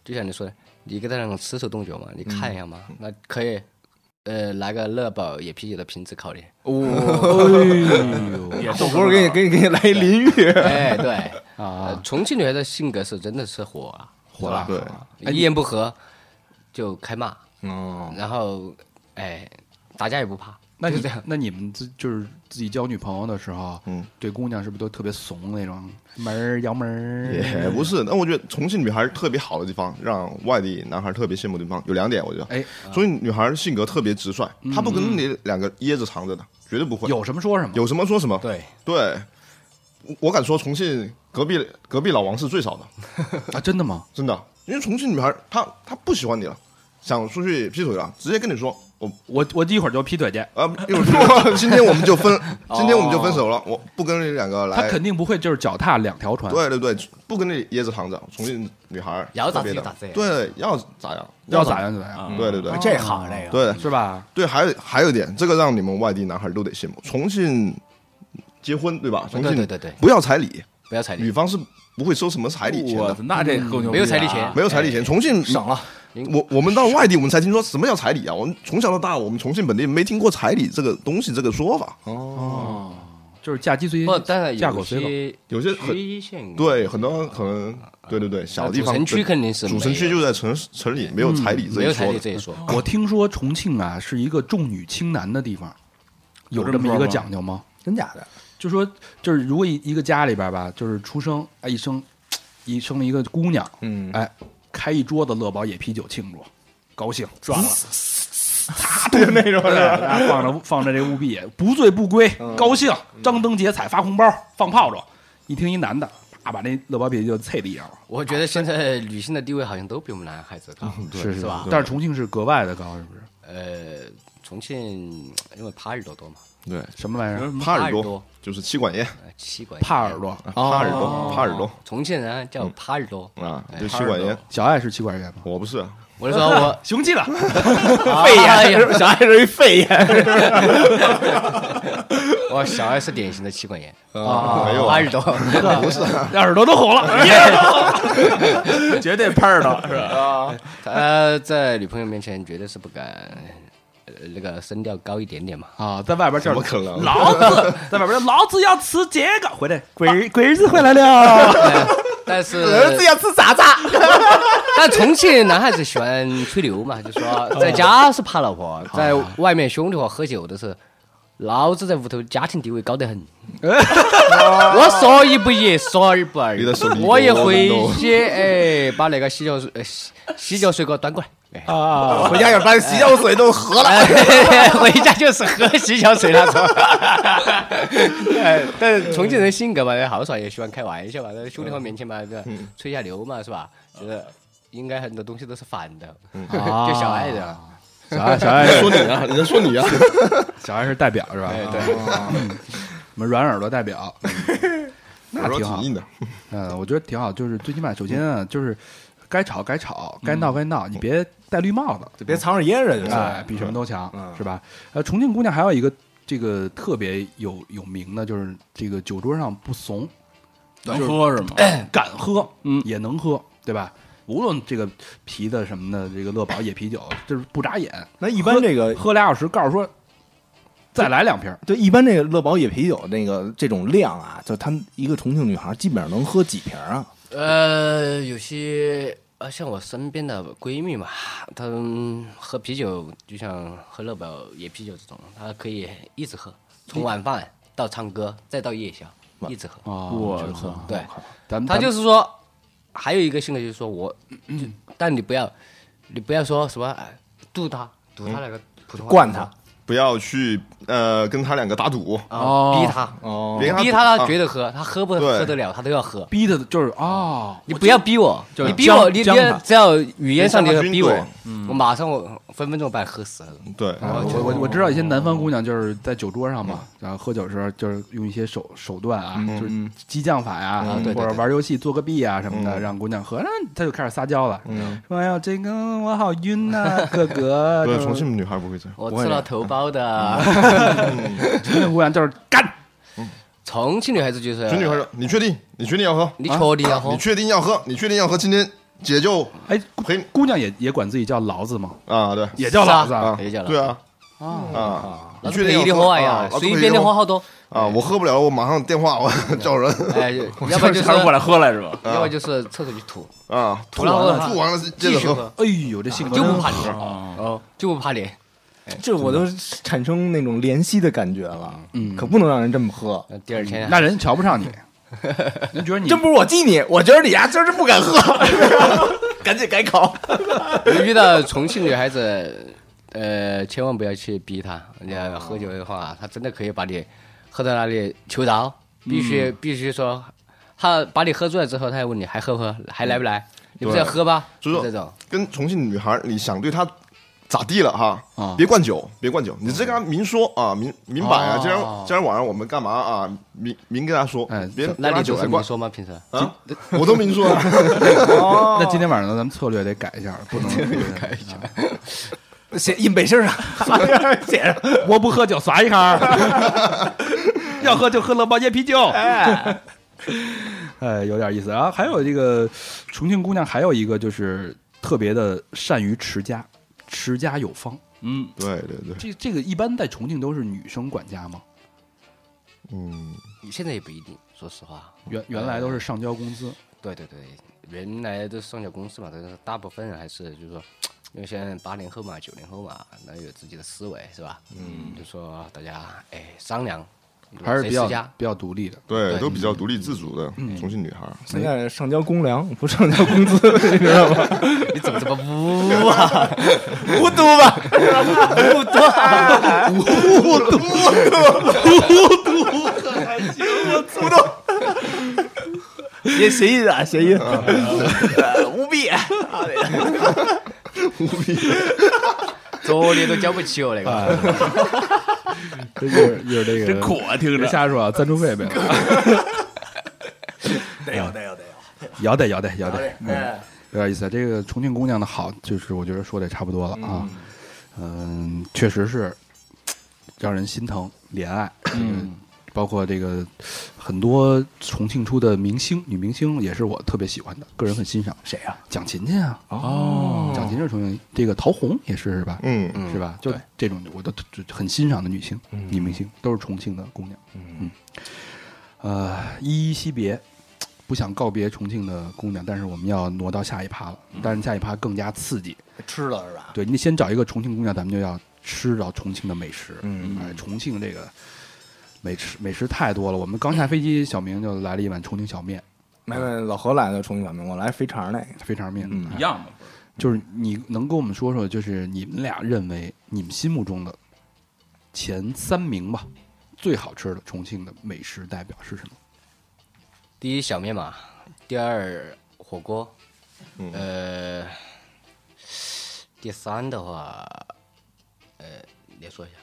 就像你说的，你跟她那种吃手动脚嘛，你看一下嗯嘛，那可以，呃，拿个乐宝野啤酒的瓶子 烤你，哦 哎 呦，我不是给你给你给你来一淋浴， 哎，对，呃啊，重庆女孩的性格是真的是火了，火了！对，一言不合就开骂，哦，然后哎打架也不怕，那就你这样。那你们自就是自己交女朋友的时候，嗯，对姑娘是不是都特别怂那种？门儿摇门儿，也不是。但我觉得重庆女孩特别好的地方，让外地男孩特别羡慕的地方有两点，我觉得。哎，嗯所以女孩性格特别直率，她不跟你两个掖着藏着的，绝对不会。有什么说什么。有什么说什么。对，对，我我敢说重庆隔壁隔壁老王是最少的，啊，真的吗？真的，因为重庆女孩她她不喜欢你了，想出去劈腿了，直接跟你说我我我一会儿就劈腿去。啊，一会儿 今天我们就分，今天我们就分手了，我不跟你两个他来。肯定不会就是脚踏两条船，对对对，不跟你掖着藏着，重庆女孩要咋特别地的咋哦地对，要咋样要咋？样就咋样，对对对，这好这个，对嗯是吧？对，还有还有一点，这个让你们外地男孩都得羡慕，重庆结婚对吧？重庆对对对对，不要彩礼，不要彩礼女，方是不会收什么彩礼钱我的嗯操，，那这够牛逼啊，没有彩礼钱没有彩礼钱。重庆省了。我我们到外地，我们才听说什么叫彩礼啊！我们从小到大，我们重庆本地没听过彩礼这个东西这个说法。就是嫁鸡随不，但是嫁有狗 随狗。些有些很区县对，很多可能对对对，小地嗯方主城区肯定是没主有城区就在城市城里没有彩礼这没一有说彩的礼这一说，我听说重庆啊是一个重女轻男的地方，有这么一个讲究吗？真假的？就说就是如果一一个家里边吧，就是出生哎一生，一生了一个姑娘，嗯哎，开一桌子乐宝野啤酒庆祝，高兴赚了。那种对， 然后放着放着这务必也不醉不归，高兴，张灯结彩，发红包，放炮仗。一听一男的，啪把那乐宝野啤酒啐地上了。我觉得现在女性的地位好像都比我们男孩子高，是是吧？但是重庆是格外的高，是不是？呃，重庆因为耙耳朵多嘛，对，什么玩意儿？耙耳耳朵就是妻管严，啊呃奇怪，啊帕耳朵。哦耙耳朵，耙耳朵重庆人叫耙耳朵。啊，就妻管严。小爱是妻管严吗？我不是，我是说 我雄鸡了，肺炎，小爱是 一肺炎，我小爱是典型的妻管严，没有耙啊耳朵，不是啊，耳朵都 红了， 绝对拍儿的，是吧？他在女朋友面前绝对是不敢。呃那个声调高一点点嘛，啊，在外边叫 怎么可能老子在外边，老子要吃这个，回啊来鬼儿鬼儿子回来了，但是要吃渣渣。 但重庆男孩子喜欢吹牛 嘛，就说在家是怕老哦婆，在外面兄弟伙喝酒的时候，老子在屋头家庭地位高 得很。我说一不一，说二不二哦你的手里，我也回去哎，把那个洗脚水、呃洗洗脚水给我端过来。哎回家要把洗脚水都喝了。哎， 回家就是喝洗脚水那种。哎，但是重庆人性格嘛，豪爽，也喜欢开玩笑嘛，啊在兄弟伙面前嘛，对吧吹一下牛嘛，是吧？就是应该很多东西都是反的， 就小爱的。啊小爱小爱说你 啊，人家说你啊，小爱是代表是吧？哎，我对，们软耳朵代表，嗯 我说挺好挺硬的，嗯，我觉得挺好，就是最起码首先啊，就是该吵该吵，该嗯闹该闹，你别戴绿帽子，别藏着掖着就哎嗯是，比什么都强，是吧？呃，重庆姑娘还有一个这个特别有有名的，就是这个酒桌上不怂，能喝是吗？ 敢喝，嗯，也能喝，对吧？无论这个啤的什么的，这个乐宝野啤酒，就是不眨眼。那一般这个喝喝俩小时，告诉说再来两瓶儿，对一般这个乐宝野啤酒那个这种量啊，就他们一个重庆女孩基本上能喝几瓶啊？呃，有些呃，像我身边的闺蜜嘛，她们喝啤酒就像喝乐宝野啤酒这种，她可以一直喝，从晚饭到唱歌，再到夜宵，一直哦喝。我操！对，嗯咱们他就是是说，还有一个性格就是说我，就但你不要，你不要说什么哎堵他，堵他那个普通话，惯他不要去呃跟他两个打赌，啊，逼他，哦，别跟逼他他赌他啊觉得喝，他喝不对喝得了，他都要喝。逼的，就是啊，你不要逼我，就你逼将我，你将你他只要语言上你别像他逼军我队，我马上我分分钟把你喝死了。啊对，我哦我嗯我知道一些南方姑娘就是在酒桌上嘛，然后喝酒的时候就是用一些手手段啊，就是激将法呀，嗯对对或者玩游戏做个弊啊什么的，让姑娘喝，那她就开始撒娇了，说哎呀这个我好晕呐，哥 哥。对就是重庆女孩不会这样。我吃了头孢的。重庆姑娘就是干，重庆女孩子就是，重庆女孩说：“你确定？你确定要喝？呃你确定要喝你？确定要喝？你确定要喝？今天姐就哎，陪姑娘也也管自己叫老子嘛，啊，对也叫老子啊，也叫老子对啊啊哦老你子确可定以要的喝喝哎呀啊，老子随可以便的的喝喝好多。啊！我喝不了，我马上电话我叫人哎，要不然就是，过来喝来是吧？要不然就是厕所去吐，啊，吐然后完了他吐完了接继着续喝，喝，哎呦这性格就真不怕好脸，哦，就不怕脸。这我都产生那种怜惜的感觉了，嗯，可不能让人这么喝。那第二嗯天啊，那人瞧不上 你，人觉得你真不是我激你，我觉得你呀、今儿是不敢喝， 赶紧改口。你遇到重庆女孩子，呃，千万不要去逼她。你要喝酒的话，她真的可以把你喝到那里求饶，必须必须说，她把你喝醉了之后，她还问你还喝不喝，还来不来？你不是要喝吧？就是就说这种。跟重庆女孩，你想对她咋地了啊哈？别灌酒，别灌酒，你这跟她明说啊，明明摆啊哦，今儿今儿晚上我们干嘛啊？明明跟她说哎，别那别拿你酒就来是灌你说吗？平时啊！我都明说了，那今天晚上咱们策略得改一下，不 能哦啊改一下。写印背心上， 写上。我不喝酒，耍一哈 儿。要喝就喝乐宝椰啤酒。哎，哎，有点意思啊。还有这个重庆姑娘，还有一个就是特别的善于持家，持家有方。嗯，对对对，这这个一般在重庆都是女生管家嘛，嗯，现在也不一定，说实话。原原来都是上交工资。对对对，原来都是上交公司嘛，但是大部分人还是就是说，因为现在八零后嘛、九零后嘛，那有自己的思维是吧？嗯，就说大家哎商量，还是谁比较持家比较独立的，对，都比较独立自主的重庆女孩。现在上交公粮，不上交工 资，你知道吗？你怎么这么污啊？ 无毒吧？不 多， 也谐音啊，谐音， 无啊比。作业都交不起哦，那 个。这哎就是就是这个。真苦啊，听别着。瞎说啊，赞 助费没有。得有，得有，哎得有。摇得摇得摇得，哎嗯，有点意思。这个重庆姑娘的好，就是我觉得说的也差不多了啊。嗯，确实是让人心疼怜爱。嗯，包括这个很多重庆出的明星，女明星也是我特别喜欢的，个人很欣赏。谁呀？蒋勤勤啊，哦，蒋勤是重庆，这个陶虹也是是吧？嗯，是吧？就这种我都就很欣赏的女星、女明星，都是重庆的姑娘。嗯，呃，依依惜别，不想告别重庆的姑娘，但是我们要挪到下一趴了。但是下一趴更加刺激，吃了是吧？对你先找一个重庆姑娘，咱们就要吃到重庆的美食。嗯，哎，重庆这个美食美食太多了。我们刚下飞机，小明就来了一碗重庆小面，没没，老何来的重庆小面，我来肥肠那个。肥肠面。嗯哎一样嘛，就是你能跟我们说说，就是你们俩认为你们心目中的前三名吧，最好吃的重庆的美食代表是什么？第一小面嘛，第二火锅，呃，第三的话，呃，你说一下。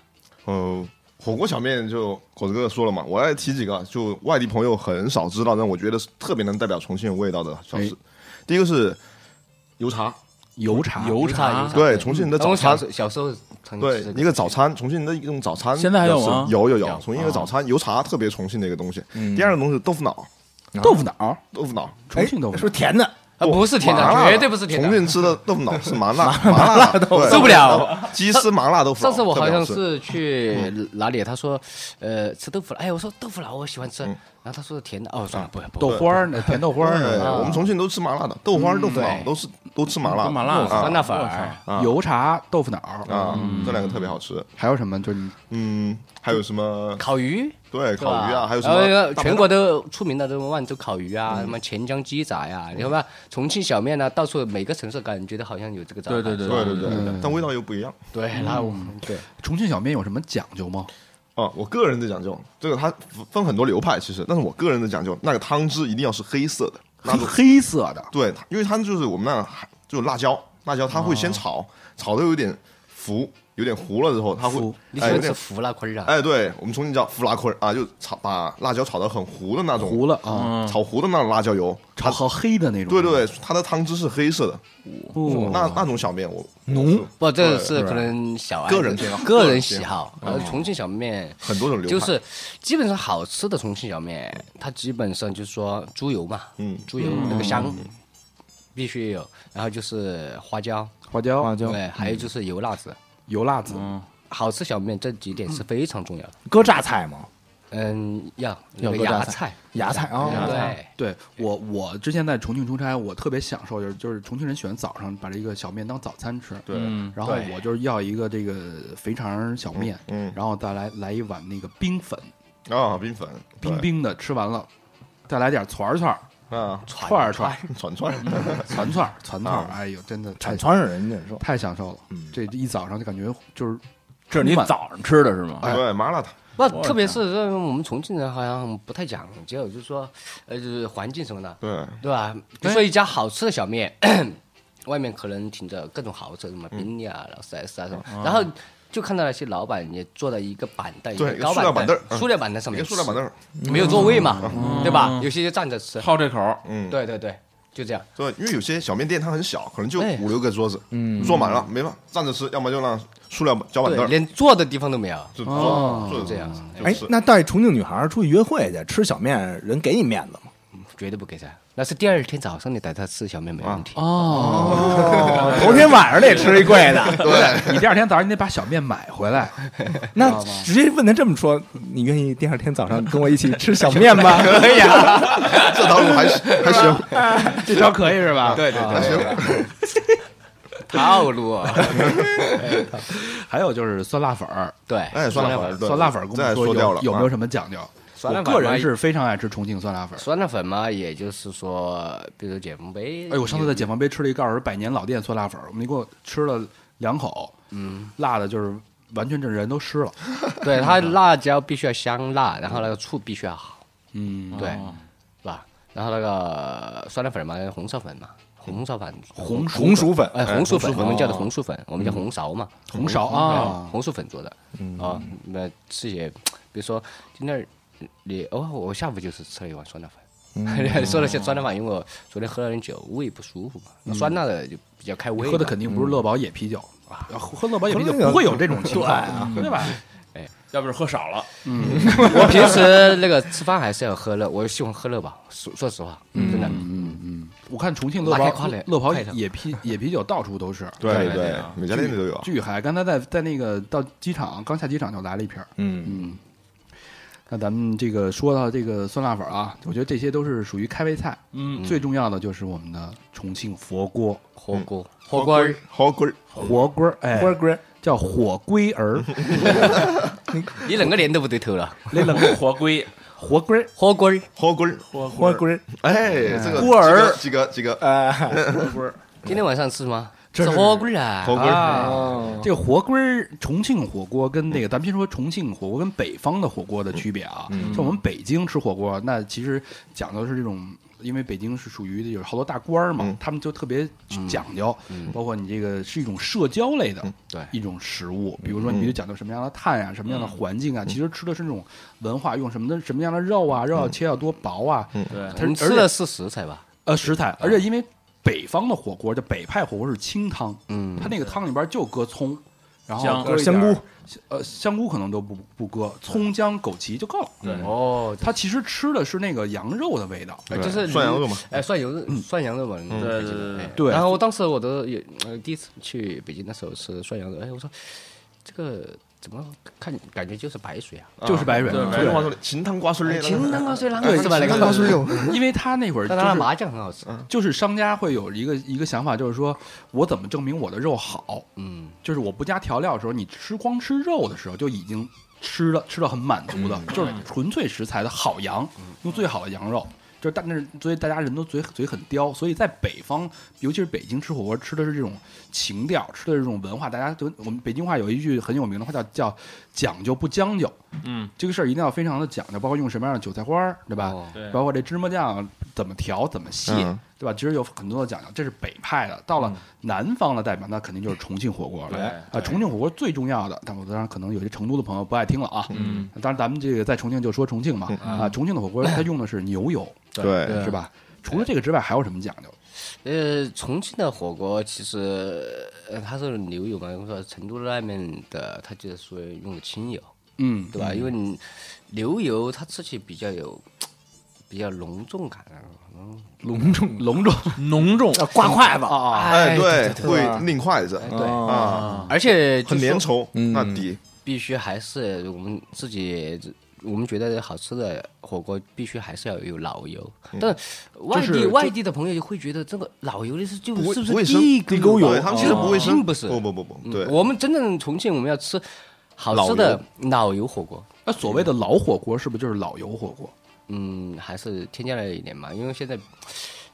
呃，火锅小面就果子哥说了嘛，我要提几个，啊就外地朋友很少哎知道，但我觉得是特别能代表重庆味道的小吃。第一个是油茶，油茶，油茶啊油茶对重庆的早餐啊哦我小小时候常对吃这一个早餐，重庆的一种早餐，现在还有吗有有有，重庆一个早啊餐油茶特别重庆的一个东西。嗯第二个东西豆腐脑，豆腐脑，豆腐脑重庆豆腐脑哎是不是甜的？啊不是甜的麻辣绝对不是甜的重庆吃的豆 腐脑是麻辣麻辣豆腐，受不了。鸡丝麻辣豆腐脑。上次我好像特别好吃是去嗯哪里，他说，呃，吃豆腐脑，哎，我说豆腐脑我喜欢嗯吃，然后他说甜的，哦，啊算了，不不，豆花儿呢，甜豆花儿对，呢，我们重庆都吃麻辣的，豆花儿、豆腐脑嗯对都是都吃麻辣的，麻辣的酸啊辣哦粉儿，啊油茶豆腐脑，啊，这两个特别好吃。还有什么？就是你嗯，还有什么？烤鱼，对，是吧烤鱼啊，还有什然后一个么？全国都出名的，什么万州烤鱼嗯啊，什么黔江鸡杂呀，你看吧，重庆小面呢，到处每个城市感觉都好像有这个杂对牌。对对对对嗯对，但味道又不一样。对，那我对重庆小面有什么讲究吗？啊，我个人的讲究，这个它分很多流派，其实，但是我个人的讲究，那个汤汁一定要是黑色 的，那黑种黑色的，对，它因为它就是我们那就是辣椒，辣椒它会先哦炒，炒的有点浮，有点糊了之后，它会浮你喜哎有欢吃点腐辣坤啊？哎，对我们重庆叫胡辣坤啊，就炒把辣椒炒的很糊的那种，糊了啊，炒糊的那种辣椒油，炒好黑的那种。嗯对对对，它的汤汁是黑色的，哦那那种小面我浓不，这是可能小孩个人偏好个人喜好。呃，重庆小面很多种流派就是基本上好吃的重庆小面，它基本上就是说猪油嘛，嗯猪油那个香必须有，然后就是花椒，花椒、花椒对，还有就是油辣子。油辣子，好吃小面这几点是非常重要的。搁榨菜吗？嗯，要那要个多加芽菜菜，芽菜啊，对，对我，我之前在重庆出差，我特别享受，就是就是重庆人喜欢早上把这个小面当早餐吃，对，然后我就是要一个这个肥肠小面，嗯嗯然后再来来一碗那个冰粉，啊冰粉冰冰的，吃完了，再来点串儿串儿、对啊串儿串儿、串串串串儿、串串儿，哎呦，真的太全全是人家说太享受了，这一早上就感觉就是这是你充满早上吃的是吗？对麻辣烫，那特别是这种我们重庆人好像不太讲究，就是说，呃，就是环境什么的，对对吧？就说一家好吃的小面， 外面可能停着各种豪车，什嗯么宾利啊、劳斯莱斯啊什么，哦然后就看到那些老板也坐在一个板凳，一对个高塑料板板凳嗯塑料板凳上一面个吃，塑料板凳，没有座位嘛，对吧？有些就站着吃，好这口儿，嗯，对对对，就这样。对，因为有些小面店它很小，可能就哎五六个桌子，嗯，坐满了没办法，站着吃，要么就让塑料脚板对，凳，连坐的地方都没有。就坐坐着这样吃就哎吃，那带重庆女孩出去约会去吃小面，人给你面子吗？绝对不给噻。那是第二天早上你带他吃小面没问题。 哦，头天晚上得吃一贵的，对你第二天早上你得把小面买回来，那直接问他这么说，你愿意第二天早上跟我一起吃小面 吗？哎可以啊， 这道路还行还行，这招可以是吧？对对啊对， 套路啊。还有就是酸辣粉儿，对，哎，酸辣粉，对酸辣粉儿跟我再们说说掉了有有没有啊什么讲究？酸我辣粉嘛个人是非常爱吃重庆酸辣粉儿。酸辣粉嘛，也就是说，比如解放碑。哎呦，我上次在解放碑吃了一个二十百年老店酸辣粉儿，你给我吃了两口，嗯，辣的就是完全这人都湿了。 对它辣椒必须要香辣，然后那个醋必须要好，嗯，对，是吧？然后那个酸辣粉嘛，红烧粉嘛，红烧粉，红薯红薯粉，哎，红薯粉，我们叫的红薯粉，我们叫红苕嘛，哦嗯红苕啊嗯对红薯粉做的啊，那吃也，比如说今天你哦，我下午就是吃了一碗酸辣嗯粉， 说了些酸辣粉，因为我昨天喝了点酒，胃不舒服嘛，那酸辣的就比较开胃嘛，嗯喝的肯定不是乐宝野啤酒啊，喝乐宝野啤酒喝那个不会 有这种情况，啊嗯对吧？要不是喝少了，我平时那个吃饭还是要喝乐，我喜欢喝乐吧，说说实话，真的，我看重庆乐拉开宝夸嘞乐宝快点野啤野啤酒到处都是，对对对对啊，每家店里都有啊，巨嗨！刚才在在那个到机场，刚下机场就来了一瓶儿。嗯，那咱们这个说到这个酸辣粉儿啊，我觉得这些都是属于开胃菜。嗯，最重要的就是我们的重庆佛锅，火锅，火锅儿，火锅儿，火锅儿，哎，乖乖，叫火龟儿，你两个脸都不对头了， 那冷火龟，火龟儿，火锅儿，火锅儿，乖乖，哎，这个锅儿几个几个啊几哎，个今天晚上吃吗？吃火锅儿啊火，锅儿，哦这个火龟儿，重庆火锅跟那个，咱们先说重庆火锅跟北方的火锅的区别啊。像我们北京吃火锅，那其实讲究的是这种，因为北京是属于有好多大官儿嘛，他们就特别讲究，包括你这个是一种社交类的，对一种食物，比如说你必须讲究什么样的碳呀、什么样的环境啊，其实吃的是那种文化，用什么的什么样的肉啊，肉要切要多薄啊，对，它你而吃且的是食材吧？呃食材，而且因为北方的火锅，就北派火锅是清汤，嗯，它那个汤里边就搁葱，然后姜搁一香点儿菇，呃，香菇可能都不不搁，葱姜枸杞就够了。对哦，它其实吃的是那个羊肉的味道，哎就是涮羊肉嘛，哎，涮羊肉，涮羊肉嘛，对对对对对对哎然后我当时我都有呃第一次去北京的时候吃涮羊肉，哎，我说这个怎么看感觉就是白水啊？就是白水。对白白话说芹汤瓜碎哎裂，清汤啊，虽然对是吧？那清汤个，因为它那会儿就但他的是麻酱很好吃。就是商家会有一个一个想法，就是说我怎么证明我的肉好？嗯，就是我不加调料的时候，你吃光吃肉的时候就已经吃了吃的很满足的，就是纯粹食材的好羊，用最好的羊肉。就是但是所以大家人都嘴嘴很刁，所以在北方，尤其是北京吃火锅，吃的是这种情调，吃的是这种文化。大家就我们北京话有一句很有名的话叫叫讲究不将就，嗯，这个事儿一定要非常的讲究，包括用什么样的韭菜花儿，对吧？哦对包括这芝麻酱怎么调、怎么卸，嗯对吧？其实有很多的讲究，这是北派的。到了嗯南方的代表，那肯定就是重庆火锅了。对啊、重庆火锅最重要的，但我当然可能有些成都的朋友不爱听了啊。嗯，当然咱们这个在重庆就说重庆嘛，啊，重庆的火锅它用的是牛油，嗯对，是吧？除了这个之外，还有什么讲究？呃，重庆的火锅其实呃它是牛油嘛，我说成都那边的它就是说用的清油，嗯，对吧？因为你牛油它吃起比较有比较隆重感，啊隆重隆重浓重要挂筷子嗯啊，哎，对，吧会拧筷子哎对，啊，而且就很粘说稠，那底必须还是我们自己，我们觉得好吃的火锅必须还是要有老油。嗯但外地、就是外地的朋友就会觉得这个老油的是就不是不不卫是生，地沟对他们其实不卫生，并不是。啊不不不不，嗯对，我们真正重庆我们要吃好吃的老油火锅，那所谓的老火锅是不是就是老油火锅？嗯，还是添加了一点嘛，因为现在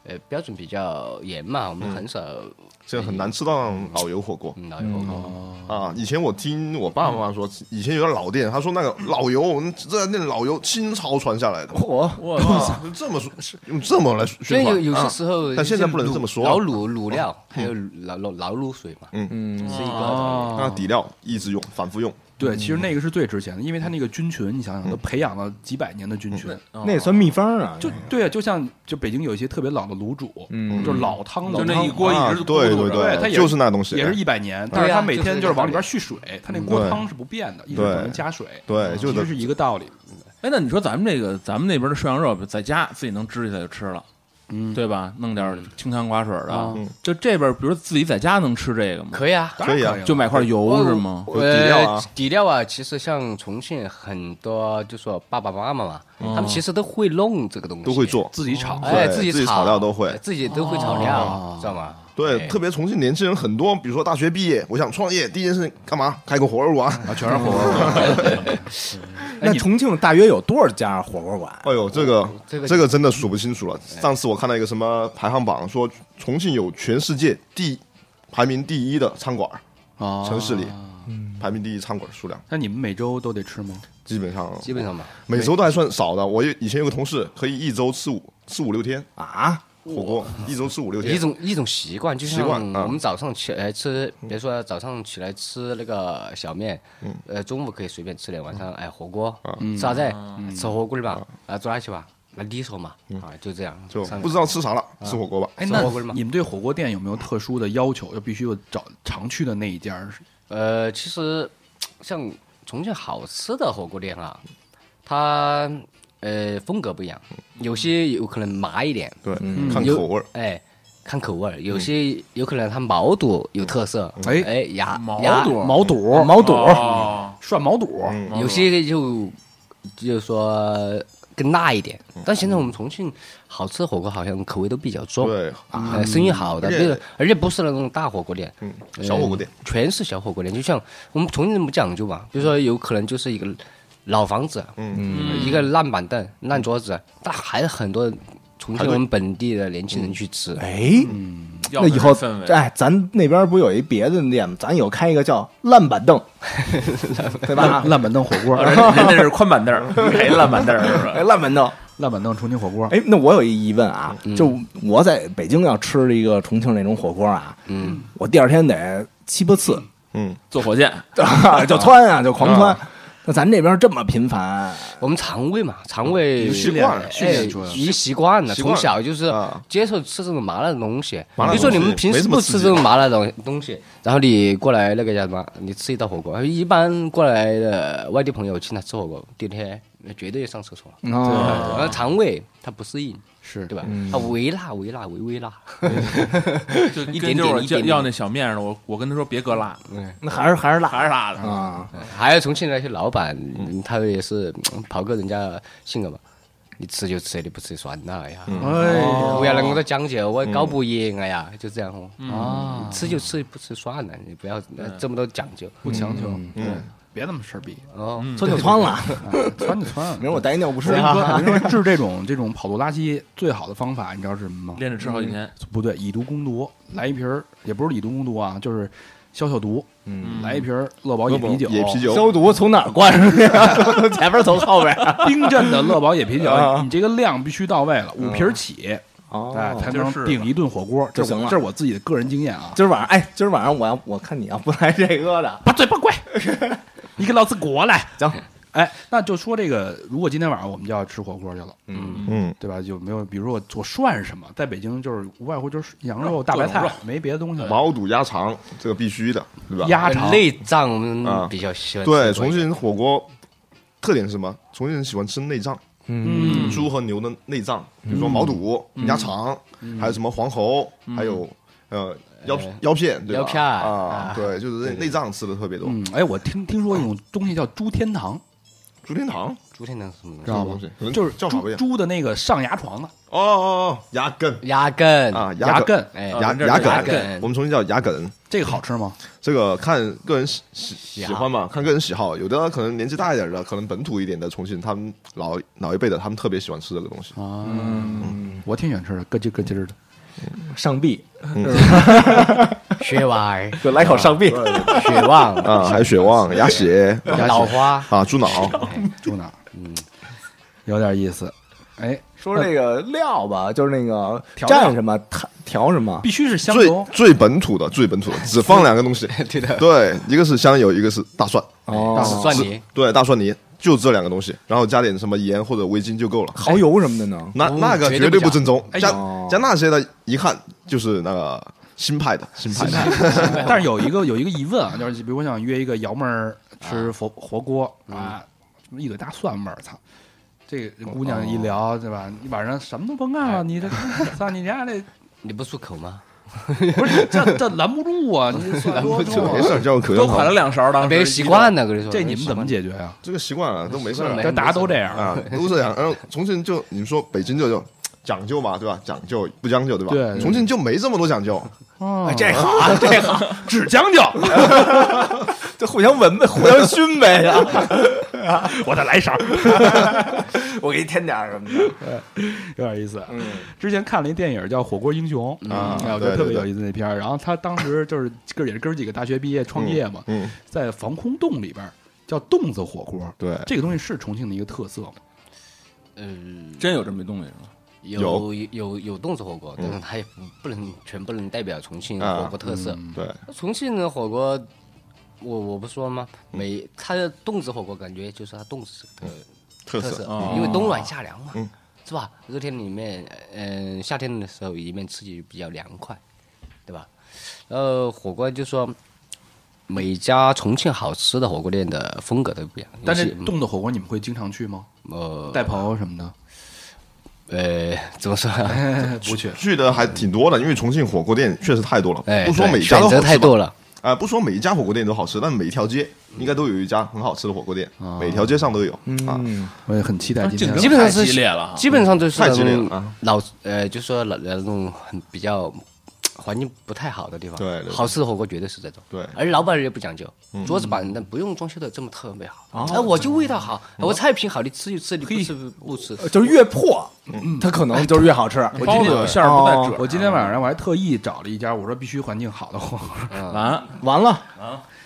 呃标准比较严嗯嘛，我们很少这个很难吃到老油火锅嗯老油火锅。啊。以前我听我爸妈说，以前有个老店，他说那个老油，这那老油清朝传下来的，嚯，我哇，就这么说，用这么来所宣以有传，有些啊时候，但现在不能这么说啊老卤卤料，还有老老老卤水嘛，嗯是一个啊哦那底料一直用，反复用，对，嗯其实那个是最值钱的，因为它那个菌群，你想嗯想，都培养了几百年的菌群，那也算秘方啊，就对啊，就像就北京有一些特别老的卤煮，嗯就是老汤老就那汤一锅啊一直咕噜着对对对它也就是那东西，也是一百年，但是对啊它每天就是就是往里边蓄水，它那锅对汤是不变的，一直只能加水，对，就其实是是一个道理。哎，那你说咱们这个，咱们那边的涮羊肉，在家自己能支起来就吃了，嗯，对吧？弄点清汤寡水啊的，就这边，比如自己在家能吃这个吗？可以啊。可以啊，就买块油是吗？有底料啊呃，底料啊，其实像重庆很多，就说爸爸妈妈嘛，他们其实都会弄这个东西，嗯都会，做，自己炒，哎，对己哎自己炒料都会哦自己都会炒料，知道吗？对，哎特别重庆年轻人很多，比如说大学毕业，我想创业，第一件事干嘛？开个火锅馆。啊全是火锅。哎那重庆大约有多少家火锅馆？哦哎呦，这个嗯这个哎这个真的数不清楚了。上次我看到一个什么排行榜，说重庆有全世界第排名第一的餐馆，啊嗯城市里排名第一餐馆数量，那你们每周都得吃吗？基本上基本上嘛，每周都还算少的。我有以前有个同事可以一周吃五吃五六天啊，火锅，一周吃五六天一。种一种习惯，就习像惯啊我们早上起来吃，比如说早上起来吃那个小面，嗯呃，中午可以随便吃点，晚上哎火锅，啊吃啥子？吃火锅的嘛，啊，做哪去吧？那你说嘛，啊，就这样，嗯就上啊不知道吃啥了，吃火锅吧。哎，吃那火锅吗你们对火锅店有没有特殊的要求？就必须有找常去的那一家儿？呃，其实像重庆好吃的火锅店啊，它呃风格不一样，嗯有些有可能麻一点，对，看有口味儿。哎，看口味儿；嗯有些有可能它毛肚有特色，哎哎牙毛牙肚毛啊肚，毛肚，哦，涮毛肚，嗯，有些就就是说更辣一点。嗯但现在我们重庆好吃的火锅好像口味都比较重，对，嗯呃，生意好的，而且那个而且不是那种大火锅店，嗯，呃小火锅店，全是小火锅店，就像我们重庆人不讲究嘛，比如说有可能就是一个老房子，嗯，一个烂板凳、烂桌子，但还有很多重庆我们本地的年轻人去吃。哎，要的那以后是氛围，哎，咱那边不有一别的店吗？咱有开一个叫烂板 凳，对吧烂？烂板凳火锅，人 人家是宽板凳儿，没烂板凳儿是吧？哎，烂板凳。烂板凳重庆火锅。哎，那我有一疑问啊，嗯就我在北京要吃一个重庆那种火锅啊，嗯，我第二天得七八次，嗯，坐火箭， 嗯就窜啊，就狂窜。那咱这边这么频繁，我们肠胃嘛，肠胃哦习惯了哎训练出来了已经习惯了，习从惯了小就是啊接受吃这种麻辣的东西。麻辣比如说你们东西平没时什么不刺吃激这种麻辣的东东西，然后你过来那个叫什么，你吃一道火锅，一般过来的外地朋友请他吃火锅，第二天绝对上厕所，哎哦，然后肠胃它不适应，是对吧？嗯它微辣、微辣、微微辣，就一跟点点就是我一叫点点要那小面似的，我我跟他说别搁辣，那还是还是辣还是辣的。啊，还有重庆的那些老板，他也是嗯刨个人家性格嘛，你吃就吃，你不吃就算了，哎呀，哦哎呀不要那么多讲究，我搞不赢，哎呀，就这样哦，啊，吃就吃，不吃算了，你不要呃这么多讲究。不强求，嗯，别那么事儿逼，哦，嗯窜就窜了，穿哎就穿。明儿我带一尿不湿我跟你说，啊我，跟你 说，治这种这种跑肚拉稀最好的方法，你知道是什么吗？连着吃好几天，不对，以毒攻毒，来一瓶儿，也不是以毒攻毒啊，就是消消毒，嗯，来一瓶儿乐宝野啤酒，野啤酒，消毒从哪儿灌出去啊？ 前面从后边啊冰镇的乐宝野啤酒，你这个量必须到位了，五瓶儿起，哦哎，才就能是顶一顿火锅，这就是行我了这是我自己的个人经验啊，今儿晚上，哎，今儿晚上我要我看你要不来这个的，把嘴巴关，你给老子过来！行，哎，那就说这个，如果今天晚上我们就要吃火锅去了，嗯，嗯，对吧？有没有，比如说我我涮什么？在北京就是无外乎就是羊肉、大白菜，没别的东西了。嗯毛肚、鸭肠，这个必须的，对吧？鸭肠、内脏我啊们比较喜欢吃多一对，点。重庆人火锅特点是什么？重庆人喜欢吃内脏，嗯，猪和牛的内脏，比如说毛肚、鸭肠，还有什么黄喉，还有呃腰腰片，对吧腰片儿啊啊，对，就是内内脏吃的特别多。嗯，哎，我听听说一种东西叫猪天堂，竹天堂昨天那是什么知东道这吗种东西可？能就是嗯叫法不一猪样猪的那个上牙床的哦哦哦，牙根西？鸭根啊，牙根，根，哎，牙我们这儿牙叫牙梗梗，我们重庆叫牙梗。这个好吃吗？这个看个人喜喜喜好欢嘛，看个人喜好。有的可能年纪大一点的，可能本土一点的重庆，他们老老一辈的，他们特别喜欢吃这个东西。啊，我挺喜欢吃的，咯吱咯吱的。上臂，血丸、就来口上臂，血 旺、啊，还有血旺、鸭血、脑花，啊、猪脑，猪脑，嗯，有点意思。哎，说这个料吧，就是那个调料蘸什么它调什么必，须是香最油，最本土的，最本土的，只放两个东西。对的，对，一个是香油，一个是大蒜。哦，蒜泥，对，大蒜泥就这两个东西，然后加点什么盐或者味精就够了。蚝油什么的呢？那哦那个绝绝对对不不假正宗，加呦加那些的，一看就是那个新派的，新派 的。 但是有一个有一个疑问啊，就是比如我想约一个瑶妹儿吃火火锅嗯啊，什么一嘴大蒜味儿，操！这个姑哦娘一聊，对吧？你晚上什么都甭干哎了，你这 操你家这你不漱口吗？不是你这这拦不住啊！你蒜多重啊 没事，叫我口都香快了糖。两勺了，当时别习惯了，跟你说。这你们怎么解决呀？这个习惯啊了，都没事儿了。这大家都这 样，啊，都这样。然后重庆就你说北京就就讲究嘛，对吧？讲究不将就，对吧？对对重庆就没这么多讲究，哦这好啊，这好， 只将就，就互相闻呗，互相熏呗， 我再来一勺。我给你添点儿什么的。 有点意思。嗯，之前看了一电影叫《火锅英雄》啊哎我觉对得特别对有意思那片儿。然后他当时就是哥也是哥几个大学毕业创业嘛，嗯，在防空洞里边儿叫洞子火锅。对这个东西是重庆的一个特色吗？嗯，真有这么一东西是吧？有有有动作火锅，嗯但是它也不不能全不能代表重庆啊火锅特色。对，重庆的火锅，我我不说吗？嗯每它的冻子火锅感觉就是它冻子的特特色色，哦因为冬暖夏凉嘛嗯，是吧？热天里面，嗯、夏天的时候里面吃起比较凉快，对吧？呃，火锅就说每家重庆好吃的火锅店的风格都不一样，但是有些洞子火锅你们会经常去吗？呃带朋友什么的？呃怎么说啊？ 不去。去的还挺多的，因为重庆火锅店确实太多了， 哎，不说对每选家都好择吃太吧多了，啊，不说每一家火锅店都好吃，但每一条街应该都有一家很好吃的火锅店，每条街上都有啊。嗯，我也很期待今竞天争基本上太是激烈了哈，基本上都是太那激烈种了啊老呃，就说老那种很比较环境不太好的地方，对对对好吃的火锅绝对是这种，对嗯而老板也不讲究，桌子板凳不用装修的这么特别好，哦哎，我就味道好，嗯我菜品好，你吃就吃，你不吃不吃，呃就是越破，它可能就是越好吃。包子馅儿不带褶哦我今天晚上我还特意找了一家，我说必须环境好的火锅。儿，完完了，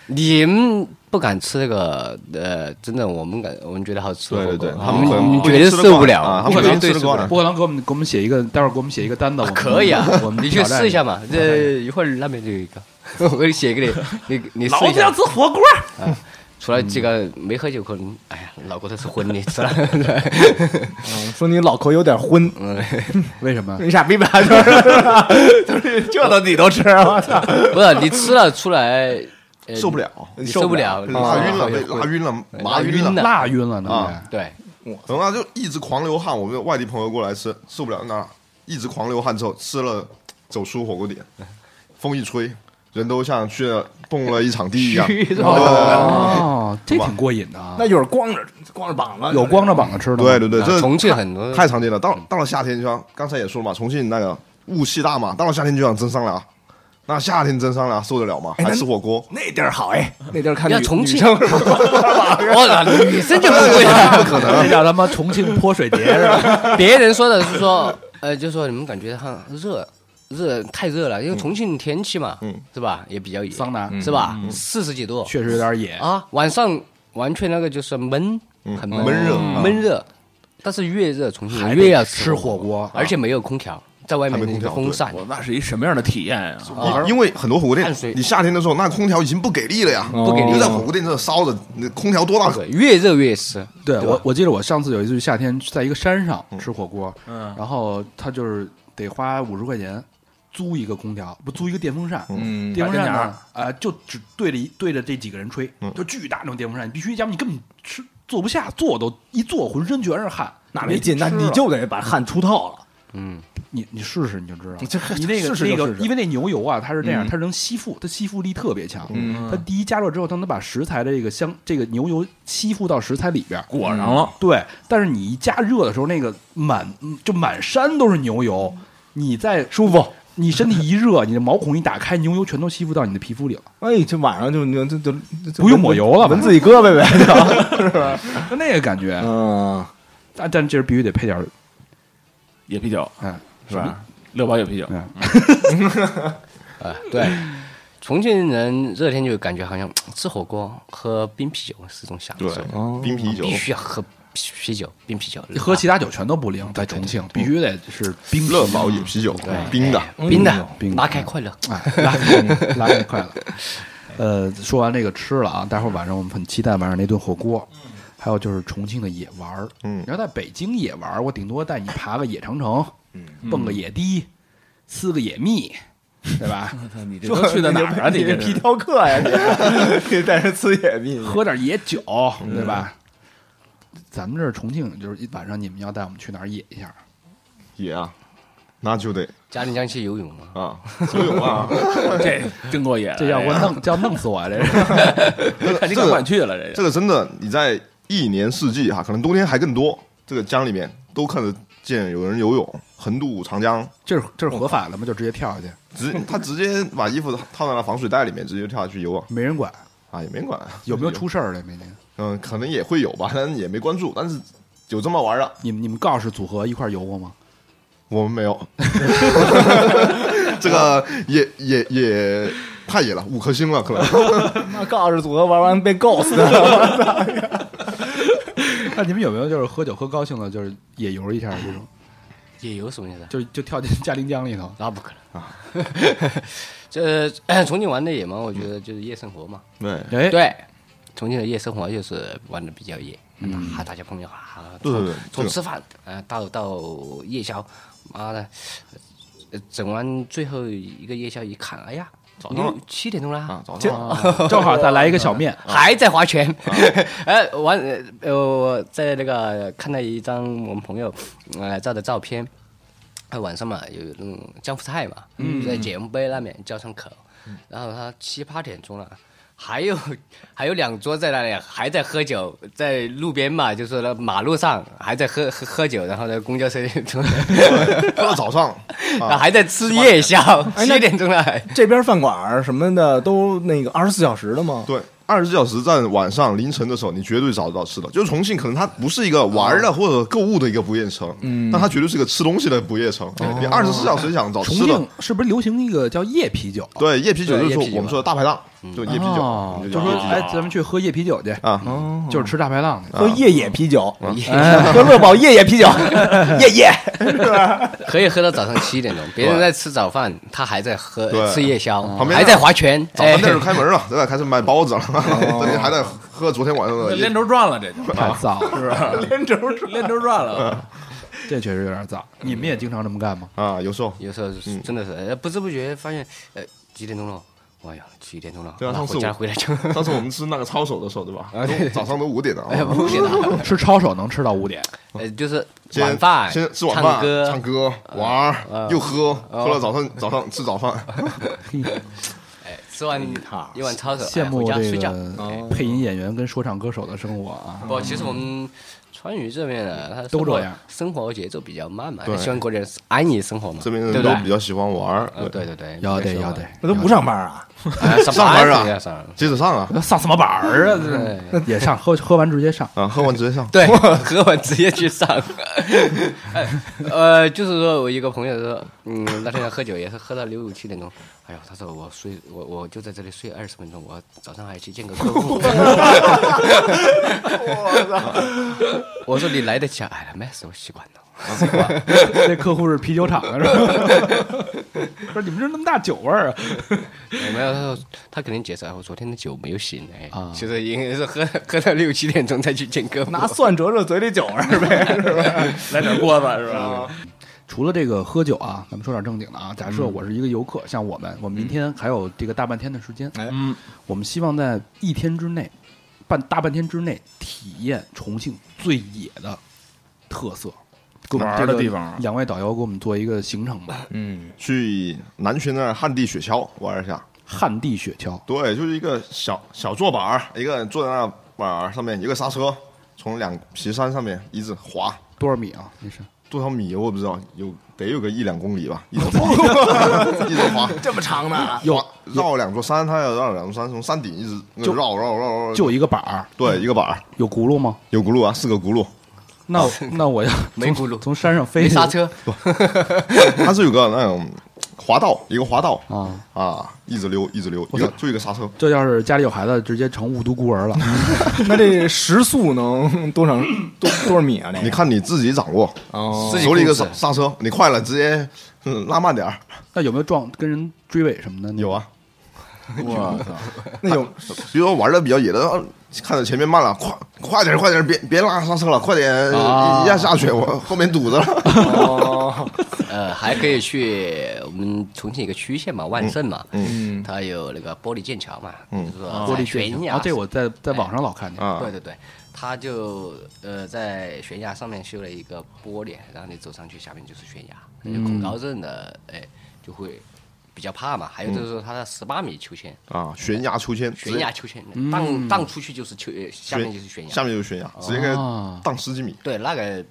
你们不敢吃那个呃，真的我们敢，我们觉得好吃的火锅，对对对，我他们可们能你绝对吃得受惯不啊了，他们绝 可能吃对受得不惯了。波郎给我们给我们写一个，待会儿给我们写一个单子，我们可以啊， 我们你去挑战试一下嘛。 这一会儿那边就有一个，我给你写给你，你你试一下。啊吃火锅。除了这个没喝酒，可能哎呀，脑壳头是 昏的， 吃了。嗯说你脑壳有点昏，为什么？ 你傻逼吧？ 就是就是这都你都吃，我操！不是你吃了出来，呃受不了，你受不了，拉啊晕了，你被会拉晕了，麻拉晕了晕。了，辣晕了呢？啊对，然后啊就一直狂流汗。我们外地朋友过来吃，受不了，那一直狂流汗之后，吃了走出火锅店，风一吹，人都像去了蹦了一场地一样。哦，这挺过瘾的啊，那就是光着光着膀子，有光着膀子吃的吗，对对对，这重庆很多太常见了。到到了夏天就像刚才也说了嘛，重庆那个雾气大嘛，到了夏天就想蒸桑拿。那夏天蒸桑拿受得了哎吗？还吃火锅？那地儿好 哎，那地儿看你看女重女庆生是吧？ 我操，女生就不会 了。可能这叫他妈重庆泼水节是吧？ 别人说的是说，呃，就说你们感觉很热，热太热了，因为重庆天气嘛，嗯是吧？也比较野，桑拿是吧？四十几度确实有点野，啊，晚上完全那个就是闷，很闷嗯闷热闷热。但是越热，重庆嗯还人越得要吃火锅而且没有空调，在外面还没那个空调风扇，我那是一什么样的体验啊呀？因因为很多火锅店汗水，哦你夏天的时候那空调已经不给力了呀，不给力你就在火锅店这烧着，那空调多大对越热越湿。对吧我，我记得我上次有一次夏天在一个山上吃火锅，嗯然后他就是得花五十块钱租一个空调，不租一个电风扇，嗯电风扇白呢天啊、就只对着一对着这几个人吹，嗯就巨大那种电风扇，你必须要不你根本吃坐不下，坐都一坐浑身全是汗，那没没啊劲，那吃你了就得把汗出透了。你你试试你就知道，这你那个试试那就个试，试嗯因为那牛油啊，它是这样，它能吸附，它吸附力特别强。它第一加热之后，它能把食材的这个香，这个牛油吸附到食材里边儿。嗯裹上了，对，但是你一加热的时候，那个满嗯就满山都是牛油，你在舒服。你身体一热，你的毛孔一打开，牛油全都吸附到你的皮肤里了。哎，这晚上就你就就就不用抹油了闻自己胳膊 呗。就那个感觉，嗯，但但这必须得配点儿，野啤酒哎，是吧？六堡野啤酒，嗯啊，对，重庆人热天就感觉好像吃火锅、喝冰啤酒是一种享对受，，冰啤酒必须要喝啤啤酒、冰啤酒，啊喝其他酒全都不灵。在重庆嗯必须得是冰乐宝野啤酒，冰的。哎冰的冰，的拉开快乐。 哎，拉开 拉开快了。呃，说完这个吃了啊，待会儿晚上我们很期待晚上那顿火锅，还有就是重庆的野玩儿。嗯你要在北京野玩儿，我顶多带你爬个野长城，嗯，蹦个野堤，撕个野蜜，对 吧？你这都去的哪儿 啊？你这这是皮条客呀？ 你带着刺野蜜，喝点野酒，对吧？咱们这儿重庆就是晚上你们要带我们去哪儿野一下？也啊，那就得嘉陵江去游泳啊，啊， 游泳啊， 这真过野了，这要给我哎呀弄，这要弄死我 啊！这是看你敢管去了，这这个个真的，你在一年四季哈，可能冬天还更多，这个江里面都看得见有人游泳，横渡长江，这是这是合法的吗？就直接跳下去，直 他直接把衣服套在了防水袋里面，直接跳下去游啊，没人管。啊也没人管啊有没有？出事儿了？每年 嗯，可能也会有吧，但是也没关注，但是有这么玩的，你们你们告示组合一块儿游过吗？我们没有。 这个也也也太野了，五颗星了，可能 那告诉组合玩完被告死的。 那你们有没有就是喝酒喝高兴了，就是野游一下这种，野游什么意思？就就跳进嘉陵江里头？那不可能啊！这重庆玩的野嘛，我觉得就是夜生活嘛。对。哎，对，重庆的夜生活就是玩的比较野，啊，大家朋友啊，嗯对对对这从个吃饭啊到到夜宵，妈的，呃整完最后一个夜宵一看，哎呀，早上了六七点钟了啊，早上 啊正好再来一个小面，还在划拳， 哎，完呃呃，我在那个看到一张我们朋友呃照的照片，他晚上嘛有那种江湖菜嘛，在解放碑那边交上口，然后他七八点钟了。还有 还有两桌在那里还在喝酒，在路边嘛，就是那马路上还在喝喝喝酒，然后呢公交车从，喝到早上，然后还在吃夜宵，七点钟了， 这边饭馆儿什么的都那个二十四小时的吗？对，二十四小时在晚上凌晨的时候，你绝对找得到吃的。就是重庆，可能它不是一个玩哦的或者购物的一个不夜城，嗯，但它绝对是一个吃东西的不夜城。哦你二十四小时想 找重吃的庆，是不是流行一个叫夜啤酒？对，夜啤酒对就是说夜啤酒嗯哦我们说的大排档，就夜啤酒，就说哎，咱们去喝夜啤酒去，哎啊，嗯就是吃大排档去。喝夜野啤酒，喝乐宝夜野啤 酒，夜夜是吧？可以喝到早上七点钟，别人在吃早饭，他还在喝对吃夜宵，旁边还在划拳，早哎饭，店就开啊门了，咱俩开始卖包子了，哦 咱俩还在喝昨天晚上的连轴转了，这就太早 了，是吧连轴 连轴转嗯了，这确实有点早。你们也经常这么干吗？啊，有时候有时候是真的是呃不知不觉发现，呃几点钟了？哎呀，七点钟了，对啊那上次回家我回来 就，上次我们吃那个抄手的时候，对吧？都早上都五点了，哎哎啊呀五点了，吃抄手能吃到五点，呃就是先晚饭，先吃晚唱饭，歌，嗯唱歌玩儿，又喝，喝了早上早上吃早饭，哎吃完一碗抄手，哎羡回慕家这睡觉。哎个哦配音演员跟说唱歌手的生活啊。不，其实我们川渝这边的他都生活这样生活节奏比较慢嘛，对希望过点安逸生活嘛，这边对人不都对比较喜欢玩儿，呃，对对对， 要得没错要得，那都不上班啊？ 哎上上班啊也要上，接着上啊那上什么班儿啊？这 也上，喝喝完直接上。啊，喝完直接 上，对，喝完直接去上。哎呃，就是说我一个朋友说，嗯，那天喝酒也是喝到六七点钟，哎呦，他说我睡，我我就在这里睡二十分钟，我早上还去见个客户。我说你来得及啊，哎，没事，我习惯了。这客户是啤酒厂的是吧？ 不是你们这那么大酒味儿啊？哎没有，他说他肯定解释，哎我昨天的酒没有醒，哎啊，其实应该是喝喝到六七点钟才去见客户。 拿蒜折折嘴里酒是呗，是吧？来点锅巴是吧？除了这个喝酒啊，咱们说点正经的啊。假设我是一个游客，像我们，我嗯们明天还有这个大半天的时间，哎嗯，我们希望在一天之内，半大半天之内体验重庆最野的特色。给我们玩这儿的个地方啊两位导游给我们做一个行程吧。嗯，去南浔那儿旱地雪橇玩一下，旱地雪橇，对，就是一个小小坐板儿，一个人坐在那板儿上面，一个刹车，从两皮山上面一直滑。多少米啊？那是多少米我也不知道，有得有个一两公里吧，一直滑，一直滑，这么长呢？有绕两座山，它要绕两座山，从山顶一直就绕绕绕绕，就一个板儿，对一个板儿，有轱辘吗？有轱辘啊，四个轱辘，那 我那我要没从轱辘从山上飞没刹去车， 它是有个那种滑道，一个滑道啊！啊，一直溜一直溜，一个就一个刹车，这要是家里有孩子，直接成雾都孤 儿了。 那这时速能多长多多少米啊？那你看你自己掌握，哦，自己手里一个控刹制刹车，你快了直接嗯拉慢点儿，那有没有撞跟人追尾什么的呢？有 啊，我操，那有比如说玩的比较野的，然后看着前面慢了，快快点快点，别别拉刹车了，快点啊一下下去，我后面堵着了。 哦，呃，还可以去我们重庆一个区县嘛，万盛嘛，嗯，它有那个玻璃剑桥嘛，嗯就是说玻璃在雪悬橇崖，啊，这我在在网上老看见。啊对对对，它就呃在悬崖上面修了一个玻璃，然后你走上去，下面就是悬崖，那就恐高症的哎就会比较怕嘛。还有就是说它的十八米秋千，啊，悬崖秋千，悬崖秋千荡荡出去就是秋，呃下直接，面就是悬下崖，面就是悬崖，直接给啊荡十几米对那个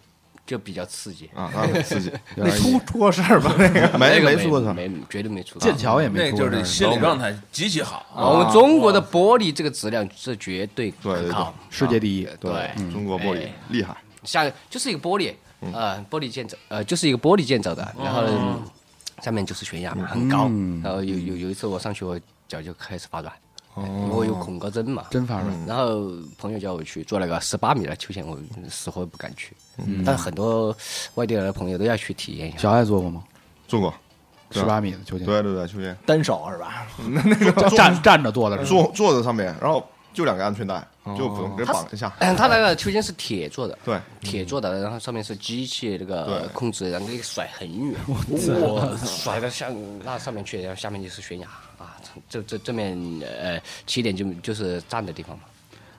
就比较刺激， 啊，那很刺激，那出出过事儿 吧？那个没那个没出过事儿，没绝对没出过剑桥也没那出就是过这事心理状态极其好，啊，我们中国的玻璃这个质量是绝对对对可靠。儿，世界第一。对，中国玻璃哎厉害，下就是一个玻璃，呃，玻璃建造，呃，就是一个玻璃建造的，然后嗯上面就是悬崖嘛，很高。然后有有有一次我上去，我脚就开始发软，哎我有恐高症嘛，嗯真发软然后朋友叫我去做那个十八米的秋千，我死活不敢去。但很多外地来的朋友都要去体验一下。小爱做过吗？中国，对十啊八米的秋千，对对对，秋千，单手是吧？站站着做的是吧？坐坐在上面，然后就两个安全带，就普通给绑一下，嗯，它那个秋千是铁做的，对，铁做的，然后上面是机器那个对控制，然后给你甩很远，哇，甩到像那上面去，然后下面就是悬崖啊，这这这面呃起点就就是站的地方嘛，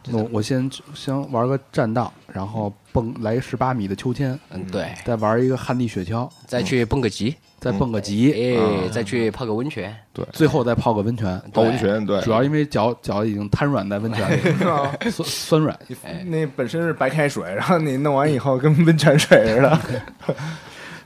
那我我先先玩个栈道，然后蹦来十八米的秋千，嗯对，再玩一个旱地雪橇，再去蹦个极，再蹦个极，嗯哎，再去泡个温泉，最后再泡个温泉。泡温泉，对，主要因为脚脚已经瘫软在温泉 里了，酸酸软。哎那本身是白开水，然后你弄完以后跟温泉水似的。